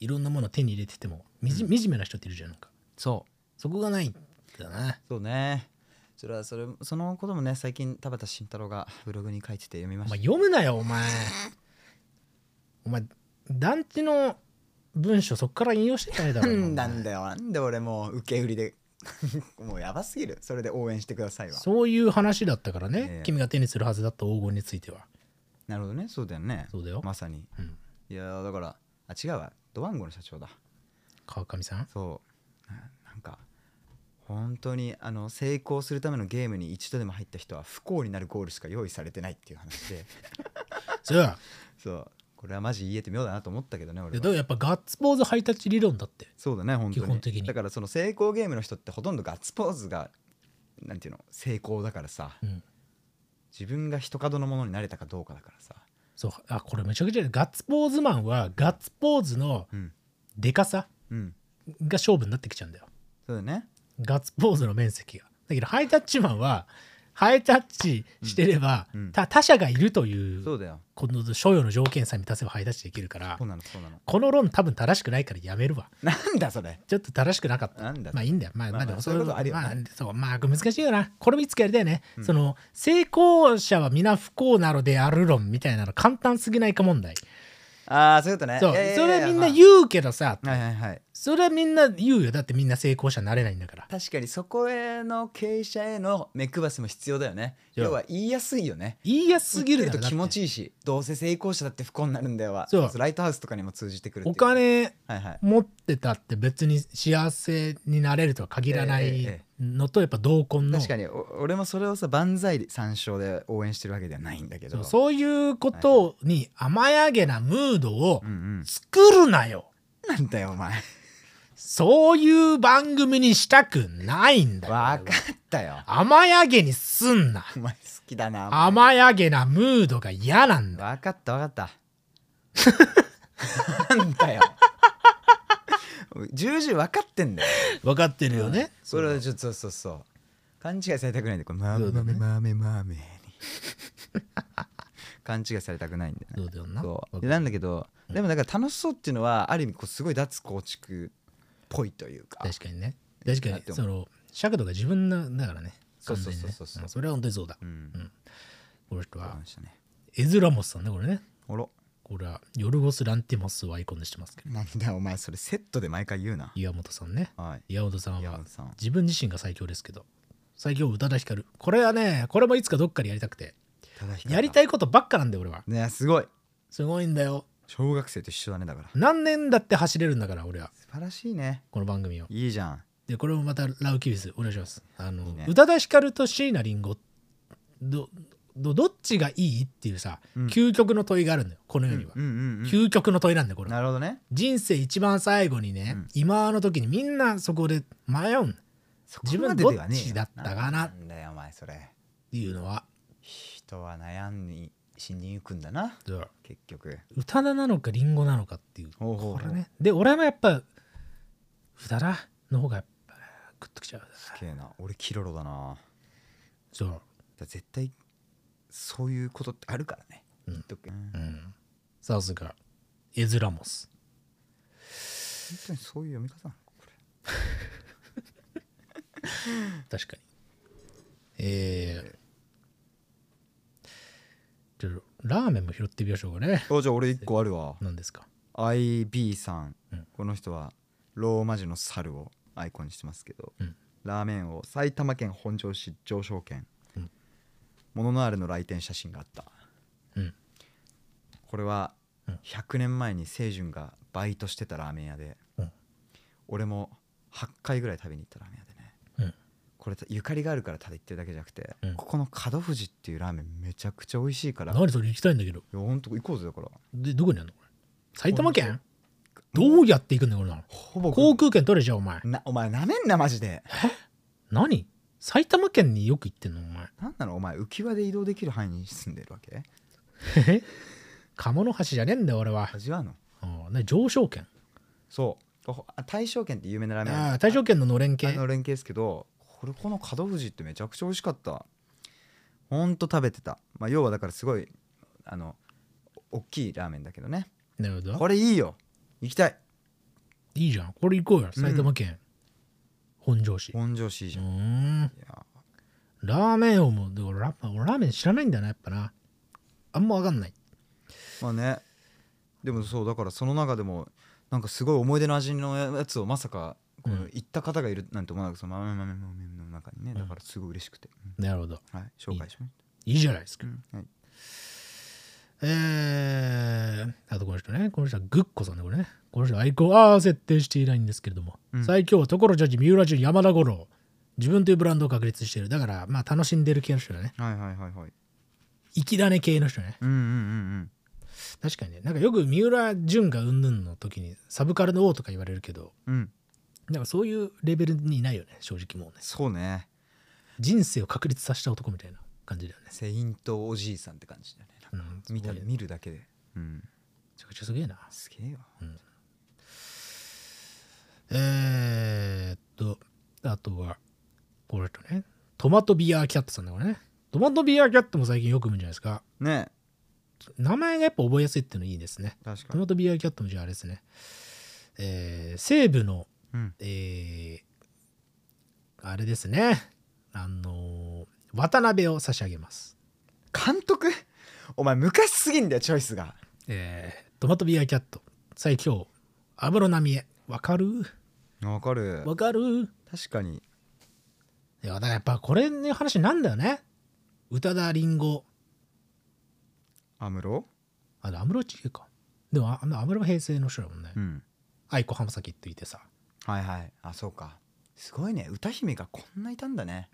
S1: いろんなものを手に入れててもみじ、惨めな人っているじゃんなんか
S2: そう
S1: そこがないんだな
S2: そうねそれはそれそのこともね最近田畑慎太郎がブログに書いてて読みま
S1: お
S2: した
S1: 前読むなよお前お前団地の文章そっから引用してないだ
S2: な
S1: ろ
S2: ん なん
S1: だ
S2: だよなんで俺もう受け売りで もうやばすぎるそれで応援してくださいわ
S1: そういう話だったからね、
S2: ええ
S1: 君が手にするはずだった黄金については
S2: なるほどねそうだよね
S1: そうだよ
S2: まさに
S1: うん
S2: いやーだからあ違うわドワンゴの社長だ
S1: 川上さん
S2: そうななんか本当にあの成功するためのゲームに一度でも入った人は不幸になるゴールしか用意されてないっていう話 で
S1: そう
S2: そうこれはマジ言えて妙だなと思ったけどね
S1: で
S2: 俺は
S1: だからやっぱガッツポーズハイタッチ理論だって
S2: そうだね本当に
S1: 基本的に
S2: だからその成功ゲームの人ってほとんどガッツポーズがなんていうの成功だからさ
S1: うん
S2: 自分が人角のものになれたかどうかだからさ、
S1: そうあこれめちゃくちゃガッツポーズマンはガッツポーズの
S2: うん
S1: でかさ
S2: うん、
S1: が勝負になってきちゃうんだよ
S2: そうだね
S1: ガッツポーズの面積がだけどハイタッチマンはハイタッチしてれば、
S2: うんうん
S1: た他者がいるという
S2: そうだよ
S1: この所有の条件さえ満たせばハイタッチできるから
S2: そうなのそうなの
S1: この論多分正しくないからやめるわ
S2: なんだそれ
S1: ちょっと正しくなかった
S2: なんだ
S1: まあいいんだよまあ、
S2: まあ
S1: まあでも
S2: そういうことあるよね
S1: まあそうまあ難しいよなこれもいつかやりたいね、その成功者は皆不幸なのである論みたいなの簡単すぎないか問題
S2: ああそういうことね
S1: そう
S2: いやいやいや
S1: それはみんな
S2: ま
S1: 言うけどさ、
S2: あはいはいはい
S1: それはみんな言うよだってみんな成功者になれないんだから
S2: 確かにそこへの経営者への目配せも必要だよね
S1: そう
S2: 要は言いやすいよね
S1: 言いやすすぎる
S2: 言
S1: だ
S2: って
S1: ろ
S2: と気持
S1: いい
S2: ちいいしどうせ成功者だって不幸になるんだよは
S1: そう
S2: ライトハウスとかにも通じてくるってい
S1: お
S2: う
S1: 金
S2: はいはい
S1: 持ってたって別に幸せになれるとは限らな
S2: えええ
S1: い
S2: え
S1: のとやっぱ同梱の
S2: 確かにお俺もそれをさ万歳三唱で応援してるわけではないんだけ
S1: そ
S2: ど
S1: うそういうことに甘やげなムードを
S2: うんうん
S1: 作るなよ
S2: なんだよ お前
S1: そういう番組にしたくないんだよ
S2: わかったよ
S1: 甘やげにすんな
S2: お前好きだなわ
S1: 甘やげなムードが嫌なんだ
S2: かったわ かったなんだよ重々分かってんだよ
S1: 分かってるよね、
S2: それはちょっとそうそうそう勘違いされたくないんでこれマ
S1: そ
S2: ー
S1: うだ
S2: メ
S1: ね
S2: マーメマーメに 勘違いされたくないんだよね
S1: そうだよな
S2: そう
S1: わか
S2: でなんだけどでもだから楽しそうっていうのはある意味こうすごい脱構築っぽいというか
S1: 確かにね確か
S2: だっ
S1: に
S2: て思
S1: その尺度が自分のだからね
S2: そうそう
S1: 完全にね
S2: そうそうそう
S1: うんそれは本当にそうだ、
S2: うん
S1: この人
S2: わか
S1: は
S2: りましたね
S1: エズラモスさんねこれね
S2: おろ
S1: これはヨルゴス・ランティモスをアイコンにしてますけど
S2: なんだよお前それセットで毎回言うな
S1: 岩本さんね
S2: はい
S1: 岩本さん
S2: 山
S1: は
S2: 本さん
S1: 自分自身が最強ですけど最強宇多田ヒカルこれはねこれもいつかどっかでやりたくてやりた
S2: い
S1: いことばっかなんだよ俺は
S2: ねすごい
S1: すごいんだよ
S2: 小学生と一緒だねだから
S1: 何年だって走れるんだから俺は
S2: 素晴らしいね
S1: この番組を
S2: いいじゃん
S1: でこれもまたラウキビスお願いしますあの
S2: いいね
S1: 宇多田ヒカルと椎名林檎どどどっちがいいっていうさ、
S2: うん
S1: 究極の問いがあるんだよこの世には、
S2: うんうん
S1: 究極の問いなんだよこ
S2: うん
S1: れ
S2: なるほどね
S1: 人生一番最後にね、
S2: うん
S1: 今の時にみんなそこで迷うんっ
S2: そこまでではねえ
S1: 自分ど
S2: よ
S1: っちだったかなん
S2: だよお前それ
S1: ていうのは
S2: 人は悩んに死に行くんだな結局
S1: 宇多田なのかリンゴなのかっていう
S2: ほうほうほう
S1: これねで俺もやっぱ宇多田の方がやっぱグッときちゃう
S2: すげえな俺キロロだなだか
S1: そう、
S2: ら絶対そういうことってあるからね言っとくうん
S1: う
S2: 本
S1: ん、さすがエズラモス
S2: 当にそういう読み方なのこれ
S1: 確かにえー、ちょラーメンも拾ってみましょうかね
S2: あじゃあ俺一個あるわ
S1: 何ですか
S2: IB さん、
S1: うん
S2: この人はローマ字の猿をアイコンにしてますけど、
S1: うん
S2: ラーメンを埼玉県本庄市上昇県、
S1: うん
S2: もののあるの来店写真があった
S1: うん
S2: これは
S1: うん
S2: 100年前に清純がバイトしてたラーメン屋で、
S1: うん
S2: 俺も8回ぐらい食べに行ったラーメン屋でね
S1: うん
S2: これゆかりがあるから食べ行ってるだけじゃなくて、
S1: うん
S2: ここの角富士っていうラーメンめちゃくちゃ美味しいからいや
S1: 何それ行きたいんだけど
S2: ほんと行こうぜだから
S1: でどこにあるのこれ埼玉県どうやって行くんだよこれなの
S2: ほぼ
S1: 航空券取れちゃうお前
S2: なお前なめんなマジで
S1: 何埼玉県によく行ってんのお前
S2: なんなのお前浮き輪で移動できる範囲に住んでるわけ
S1: え鴨の橋じゃねえんだよ俺は
S2: 味わうの
S1: ああね上昇圏
S2: そうほあ大正軒って有名なラーメン
S1: ああ大正圏ののれん系
S2: あの連携ですけどこれこの角富士ってめちゃくちゃ美味しかったほんと食べてた、まあ、要はだからすごいあのお大きいラーメンだけどね
S1: なるほど
S2: これいいよ行きたい
S1: いいじゃんこれ行こうよ埼玉県、本庄市う
S2: 本庄市いいじ
S1: ー
S2: ゃんい
S1: ん
S2: や
S1: ラーメンをもうでもラ俺ラーメン知らないんだよなやっぱなあんま分かんない
S2: まあねでもそうだからその中でもなんかすごい思い出の味のやつをまさかこ
S1: う
S2: うん行った方がいるなんて思わなくてその豆豆豆の中にねだからすごい嬉しくて、
S1: なるほど
S2: うんはい紹介しまし
S1: いいじゃないです
S2: た
S1: か、
S2: うんはい
S1: えー、あとこの人ね、この人はグッコさんね、これね。この人はアイコンは設定していないんですけれども、
S2: うん
S1: 最強は所ジョージ、三浦淳、山田五郎、自分というブランドを確立している。だから、まあ、楽しんでる系の人だね。
S2: はいはいはいはい
S1: 生き種系の人ね。
S2: うんうんうん
S1: 確かにね、なんかよく三浦淳がうんぬんの時に、サブカルの王とか言われるけど、
S2: うんうん
S1: なんかそういうレベルにいないよね、正直もうね。
S2: そうね
S1: 人生を確立させた男みたいな感じだよね。
S2: セイントおじいさんって感じだねなんか
S1: うん、
S2: 見た
S1: すごいよ
S2: 見るだけでうん
S1: めちゃくちゃすげえな。
S2: すげえよ
S1: えーっと、あとは、これとね、トマトビアーキャットさんだからね。トマトビアーキャットも最近よく見るんじゃないですか。
S2: ね
S1: 名前がやっぱ覚えやすいっていうのいいですね。
S2: 確か
S1: ト
S2: に
S1: マトビアーキャットもじゃああれですね。えー、西部の、
S2: うん
S1: えー、あれですね。あのー渡辺を差し上げます。
S2: 監督 お前昔すぎんだよチョイスが
S1: えー、トマトビアーキャット、最強、安室奈美恵。わかる
S2: わかる
S1: わかる
S2: 確かに
S1: いやだからやっぱこれの話なんだよね宇多田リンゴ
S2: アムロ
S1: あの安室チゲかでもあ安室は平成の人だもんね
S2: うん
S1: 愛子浜崎っていてさ
S2: はいはいあそうかすごいね歌姫がこんないたんだね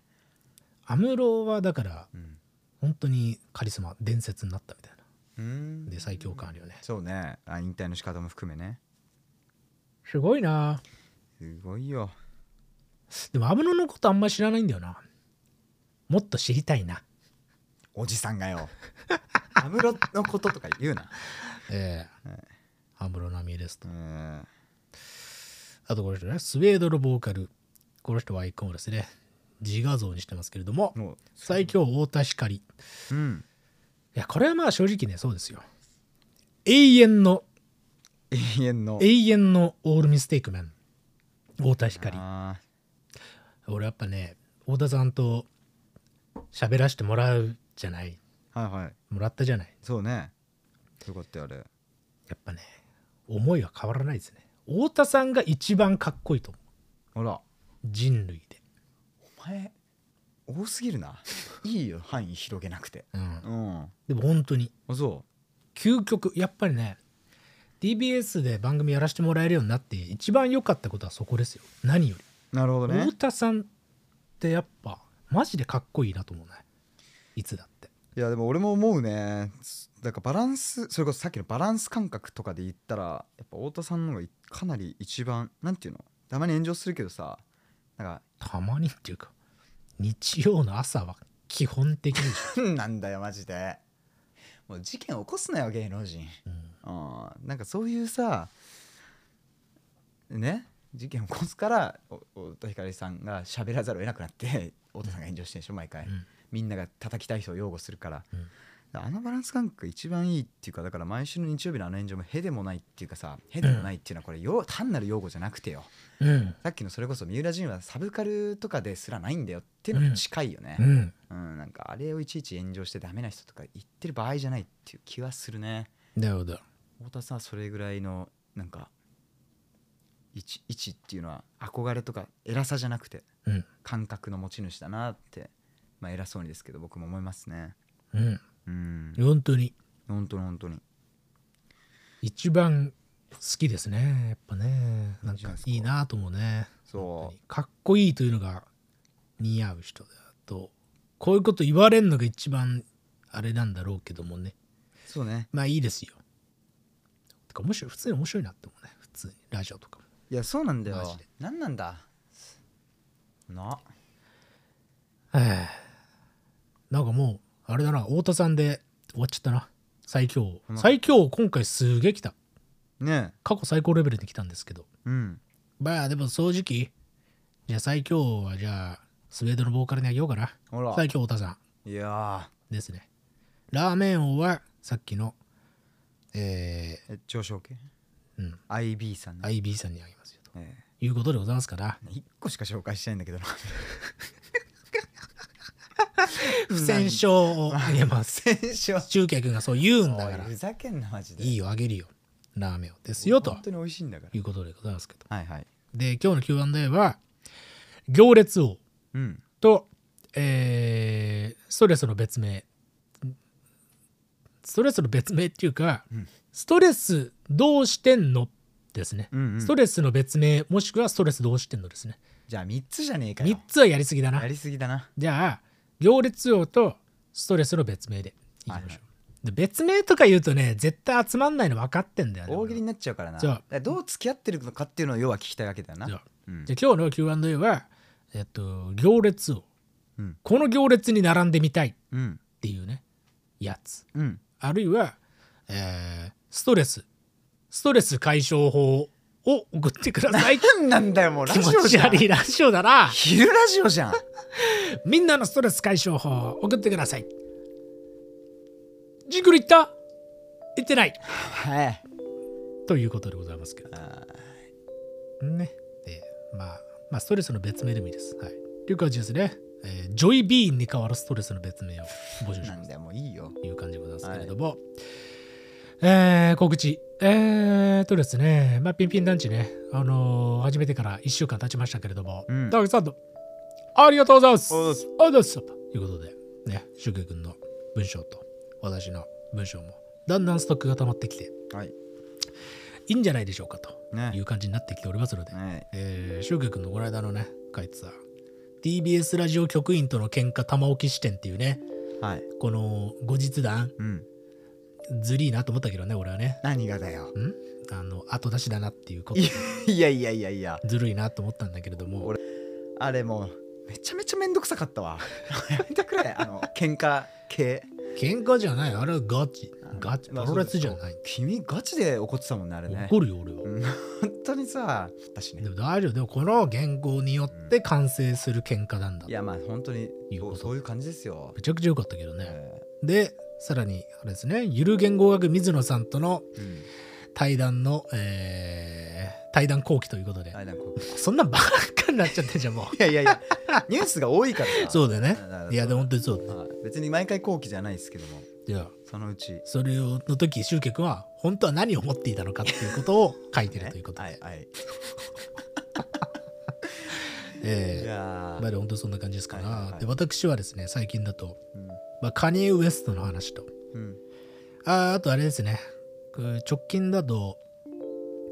S1: 安室はだから
S2: うん
S1: 本当にカリスマ伝説になったみたいな
S2: うん
S1: で最強感あるよね
S2: そうねあ引退の仕方も含めね
S1: すごいな
S2: すごいよ
S1: でも安室のことあんまり知らないんだよなもっと知りたいな
S2: おじさんがよ アムロのこととか言うな
S1: ええ
S2: はい
S1: 安室奈美恵ですと
S2: うん
S1: あとこの人ねスウェードのボーカルこの人はアイコンをですね自画像にしてますけれども
S2: もう
S1: 最強太田光
S2: うん
S1: いやこれはまあ正直ねそうですよ永遠の
S2: 永遠の
S1: 永遠のオールミステイクマン太田光
S2: あ
S1: 俺やっぱね太田さんと喋らせてもらうじゃない
S2: ーはいはい
S1: もらったじゃない
S2: そうねよかったよあれ
S1: やっぱね思いは変わらないですね太田さんが一番かっこいいと思う
S2: ほら
S1: 人類で、
S2: お前多すぎるないいよ範囲広げなくて
S1: うん
S2: う、んあ
S1: でも本当に
S2: そ
S1: 究極やっぱりね TBS で番組やらせてもらえるようになって一番良かったことはそこですよ何より
S2: うなるほどね
S1: 太田さんってやっぱマジでかっこいいなと思うねいつだって
S2: いやでも俺も思うねだからバランスそれこそさっきのバランス感覚とかで言ったらやっぱ太田さんの方がいかなり一番なんていうのたまに炎上するけどさなんか
S1: たまにっていうか日曜の朝は基本的に
S2: 「なんだよマジで」もう事件起こすなよ芸能人
S1: うん
S2: あーなんかそういうさね事件起こすからお太田光さんが喋らざるを得なくなって太田さんが炎上してるでしょ毎回、
S1: うん
S2: みんなが叩きたい人を擁護するから、
S1: うん
S2: あのバランス感覚が一番いいっていうかだから毎週の日曜日のあの炎上もへでもないっていうかさへでもないっていうのはこれよ、単なる擁護じゃなくてよ
S1: うん
S2: さっきのそれこそ三浦仁はサブカルとかですらないんだよっていうのに近いよね、
S1: うん
S2: うんなんかあれをいちいち炎上してダメな人とか言ってる場合じゃないっていう気はするね。
S1: なるほど
S2: 太田さんはそれぐらいのなんか一一っていうのは憧れとか偉さじゃなくて
S1: うん
S2: 感覚の持ち主だなって、まあ、偉そうにですけど僕も思いますね
S1: うん
S2: うん
S1: 本当に
S2: 本当に本当に
S1: 一番好きですねやっぱねなんかいいなと思うね
S2: そ
S1: かっこいいというのが似合う人だとこういうこと言われるのが一番あれなんだろうけどもね
S2: うそうね
S1: まあいいですよてか面白い普通に面白いなって思うね普通にラジオとかも
S2: いやそうなんだ
S1: マ
S2: よ
S1: ジで
S2: 何なんだな
S1: ええなんかもうあれだな太田さんで終わっちゃったな最強
S2: うん
S1: 最強今回すげえ来た
S2: ね
S1: 過去最高レベルで来たんですけど
S2: うん
S1: まあでも正直じゃあ最強はじゃあスウェードのボーカルにあげようかな
S2: ほら
S1: 最強太田さん
S2: いや
S1: ですねラーメン王はさっきのえ
S2: ーえ上昇系
S1: ー、うん、
S2: IB さんね、
S1: IB さんにあげますよと
S2: ええ
S1: いうことでございます から
S2: 一個しか紹介してないんだけどな
S1: 不戦勝をあげます
S2: 戦勝
S1: 中継君がそう言うんだ
S2: お
S1: か
S2: い
S1: ら
S2: ふざけんなマジで
S1: いいよあげるよラーメンをですよと
S2: 本当に美味しいんだか
S1: いうことでございますけど
S2: らはいはい
S1: で今日の Q&A は行列王
S2: うん
S1: と、えーストレスの別名ストレスの別名っていうか、
S2: ん
S1: ストレスどうしてんのですね、
S2: うんうん
S1: ストレスの別名もしくはストレスどうしてんのですね
S2: じゃあ3つじゃねえか
S1: 3
S2: よ
S1: つはやりすぎだな
S2: やりすぎだな
S1: じゃあ行列王とストレスの別名でいきましょう、
S2: はいはい
S1: で別名とか言うとね絶対集まんないの分かってんだよね
S2: 大喜利になっちゃうからな
S1: じゃあ
S2: だからどう付き合ってるのかっていうのを要は聞きたいわけだよな
S1: じゃあ
S2: うん
S1: じゃあ今日の Q&A は、えっと、行列を、
S2: うん
S1: この行列に並んでみたいっ
S2: うん
S1: ていうねやつ
S2: うん
S1: あるいは、えーストレスストレス解消法を送ってください
S2: 何なんだよもうラ
S1: 気
S2: ジオ
S1: 持ち
S2: じゃん
S1: 悪いラジオだな
S2: 昼ラジオじ ゃん
S1: みんなのストレス解消法を送ってくださいジングル行った行ってない
S2: はい
S1: ということでございますけれ
S2: あ
S1: どねでまあまあストレスの別名でもいいですはいという感じですね、えージョイビーンに代わるストレスの別名を募集
S2: ー
S1: し
S2: な
S1: ま
S2: ん
S1: す
S2: だよもういいよ
S1: という感じでございますけれども、えー告知えーとですね、まあ、ピンピン団地ね、あのー始めてから1週間経ちましたけれども、
S2: うん
S1: たくさんのありがとうございます
S2: ありが
S1: ありがとうございますということでねシュウケイ君の文章と私の文章もだんだんストックが溜まってきて
S2: はい
S1: いいんじゃないでしょうかと
S2: ね
S1: いう感じになってきておりますので、
S2: はい
S1: えー、シュウケイ君のこの間のね書いてた TBS ラジオ局員との喧嘩玉置き視点っていうね
S2: はい
S1: この後日談
S2: うん
S1: ずりーなと思ったけどね俺はね
S2: 何がだよ
S1: んあの後出しだなっていうこと
S2: いいやいやいやいや
S1: ずるいなと思ったんだけれども
S2: 俺あれもうめちゃめちゃめんどくさかったわ やめてくれあの喧嘩系
S1: 喧嘩じゃないあれはガチガチプ
S2: まあ
S1: ロレスじゃない
S2: 君ガチで怒ってたもんねあれね
S1: 怒るよ俺は、
S2: うん本当にさ私ね
S1: でも大丈夫でもこの原稿によって完成する喧嘩なんだ
S2: いやまあ本当に
S1: いうこと
S2: そういう感じですよ、
S1: めちゃくちゃ良かったけどね
S2: え
S1: でさらにあれですねゆる言語学水野さんとの
S2: ーうん
S1: 対談の、えー対談後期ということで
S2: あれなんかこう
S1: そんなバカになっちゃってんじゃんも
S2: いやいやいやニュースが多いから
S1: う
S2: さ
S1: そうだよね
S2: だから
S1: いやでも本当にそうだね
S2: まあ別に毎回後期じゃないですけども
S1: じゃあ
S2: そのうち
S1: それの時シュウケ君は本当は何を思っていたのかっていうことを書いてるということ
S2: は
S1: で
S2: い、はいい
S1: え
S2: や
S1: ー、まあでも本当にそんな感じですか
S2: はいはい
S1: ら
S2: はい
S1: で私はですね最近だと、
S2: うん
S1: まあ、カニエ・ウエストの話と
S2: うん
S1: あーあとあれですねこう直近だと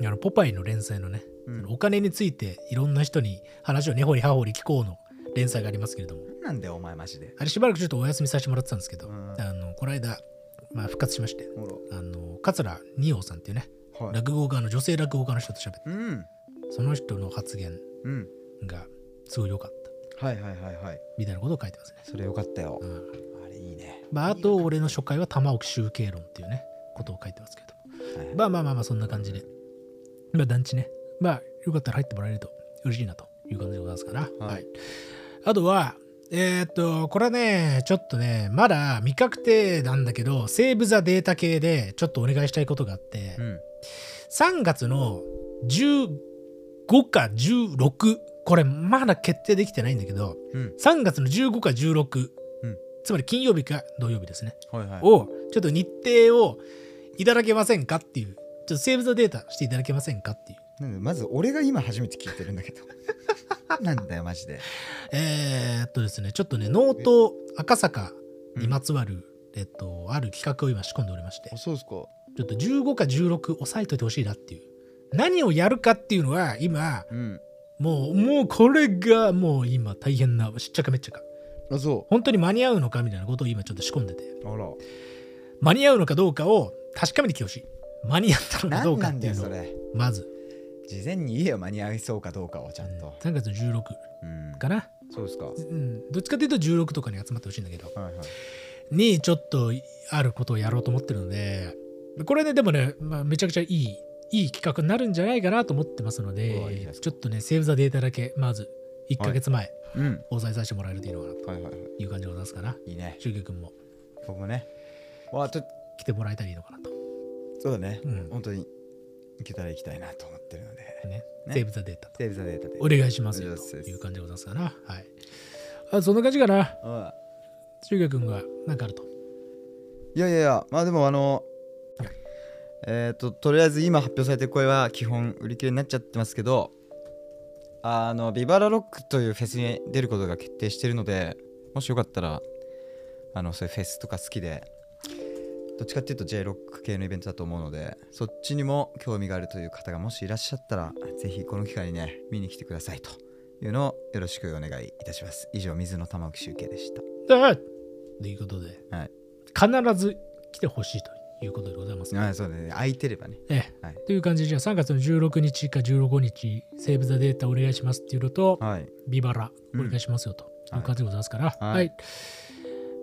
S1: あのポパイの連載のね、
S2: うん
S1: お金についていろんな人に話を根掘り葉掘り聞こうの連載がありますけれども
S2: 何なんだよお前マジで
S1: あれしばらくちょっとお休みさせてもらってたんですけど、
S2: うん
S1: あのこの間、まあ、復活しまして
S2: ほ
S1: あの桂二葉さんっていうね
S2: らはい
S1: 落語家の女性落語家の人と喋って
S2: うん
S1: その人の発言
S2: うん
S1: がすごい良かった
S2: はいはいはいはい
S1: みたいなことを書いてますね。
S2: それよかったよ
S1: うん
S2: あれいいね
S1: まあ、あと俺の初回は玉置集計論っていうねことを書いてますけど
S2: はい
S1: まあまあまあまあそんな感じでまあ団地ねまあよかったら入ってもらえると嬉しいなという感じでございますから、
S2: はい
S1: あとはえーっとこれはねちょっとねまだ未確定なんだけどセーブ・ザ・データ系でちょっとお願いしたいことがあって、
S2: うん
S1: 3月の15か16これまだ決定できてないんだけど
S2: うん
S1: 3月の15か16、
S2: うん
S1: つまり金曜日か土曜日ですね、
S2: はいはい
S1: をちょっと日程をいただけませんかっていうちょっとセーブ・ザ・データしていただけませんかっていう
S2: なんでまず俺が今初めて聞いてるんだけど なんだよマジで
S1: えー、っとですねちょっとね能登赤坂にまつわる、えっと、ある企画を今仕込んでおりまして
S2: そうっすか
S1: ちょっと15か16押さえといてほしいなっていう何をやるかっていうのは今
S2: うん
S1: もう、もうこれがもう今大変な、しっちゃかめっちゃか。
S2: あそ
S1: 本当に間に合うのかみたいなことを今ちょっと仕込んでて、
S2: うあら
S1: 間に合うのかどうかを確かめてきてほしい。間に合ったのかど
S2: 何
S1: うか
S2: な
S1: っ
S2: ん
S1: て
S2: だ
S1: い
S2: よ
S1: うの
S2: そ
S1: を、
S2: れ
S1: まず、
S2: 事前に言えよ間に合いそうかどうかをちゃんと、
S1: 3月16
S2: うん
S1: かな、
S2: そうですか。は
S1: うん、どっちかというと16とかに集まってほしいんだけど
S2: いはい。
S1: にちょっとあることをやろうと思ってるのでこれねでもね、まあ、めちゃくちゃいいいい企画になるんじゃないかなと思ってますの
S2: うわいいじゃない
S1: で
S2: ですか
S1: ちょっとねセーブ・ザ・データだけまず1か月前
S2: うん。
S1: お伝えさせてもらえるといいのかなと
S2: はいはいはい。
S1: いう感じでございますかな。
S2: いいね。
S1: しゅうきゅうくんも
S2: 僕もね。わあ、ちょっと、
S1: 来てもらえたらいいのかなと。
S2: そうだね。
S1: うん
S2: 本当に、行けたら行きたいなと思ってるので。
S1: ね、
S2: ね
S1: セーブ・ザ・データと
S2: セーブザデータで。
S1: お願いしますよ
S2: お願いし
S1: と
S2: ます
S1: いう感じでございますかな。はい、あそんな感じかな。
S2: うん
S1: しゅうきゅうくんが何かあると。
S2: いやいやいや、まあでもあの、えっ、と、とりあえず今発表されてる声は基本売り切れになっちゃってますけど、あの、ビバラロックというフェスに出ることが決定してるので、もしよかったら、あの、そういうフェスとか好きで、どっちかっていうと J ロック系のイベントだと思うので、そっちにも興味があるという方がもしいらっしゃったら、ぜひこの機会にね、見に来てくださいというのをよろしくお願いいたします。以上、水野玉置集計でした。
S1: あということで、
S2: はい
S1: 必ず来てほしいということでございます。
S2: あそうだね、空いてればね。
S1: ええ
S2: はい
S1: という感じで、じゃあ3月の16日か15日、セーブ・ザ・データお願いしますっていうのと、
S2: はい。
S1: ビバラお
S2: うん
S1: 願いしますよとい
S2: は
S1: う
S2: い
S1: 感じでございますから、
S2: はい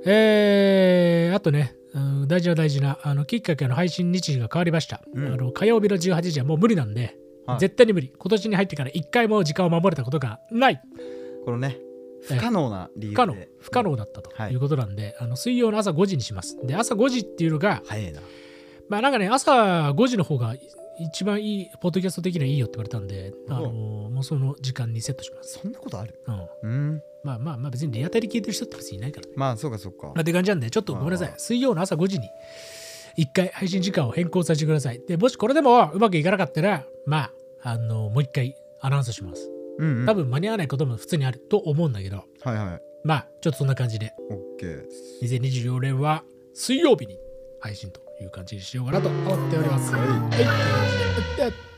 S1: えーあとね、うん大事な大事な、あの、きっかけの配信日時が変わりました。
S2: うん
S1: あの火曜日の18時はもう無理なんで、
S2: はい
S1: 絶対に無理。今年に入ってから1回も時間を守れたことがない。
S2: このね
S1: ええ
S2: 不可能な理
S1: 不
S2: 由で
S1: 可能、不可能だったと
S2: はい
S1: いうことなんで、あの水曜の朝5時にします。で、朝5時っていうのが、
S2: 早いな
S1: まあなんかね、朝5時の方が一番いい、ポッドキャスト的にはいいよって言われたんで、あのもうその時間にセットします。
S2: そんなことある
S1: うん、
S2: うん
S1: まあまあまあ別にリアタイで聞いてる人って別にいないからね。
S2: まあそうかそうか
S1: まあって感じなんで、ちょっとごめんなさ
S2: はいい。は
S1: 水曜の朝5時に一回配信時間を変更させてください。で、もしこれでもうまくいかなかったら、まあ、あの、もう一回アナウンスします。
S2: うん、うん、
S1: 多分間に合わないことも普通にあると思うんだけど、
S2: はいはい
S1: まあちょっとそんな感じで、
S2: オッケーです
S1: 2024年は水曜日に配信という感じにしようかなと思っております。はい。はい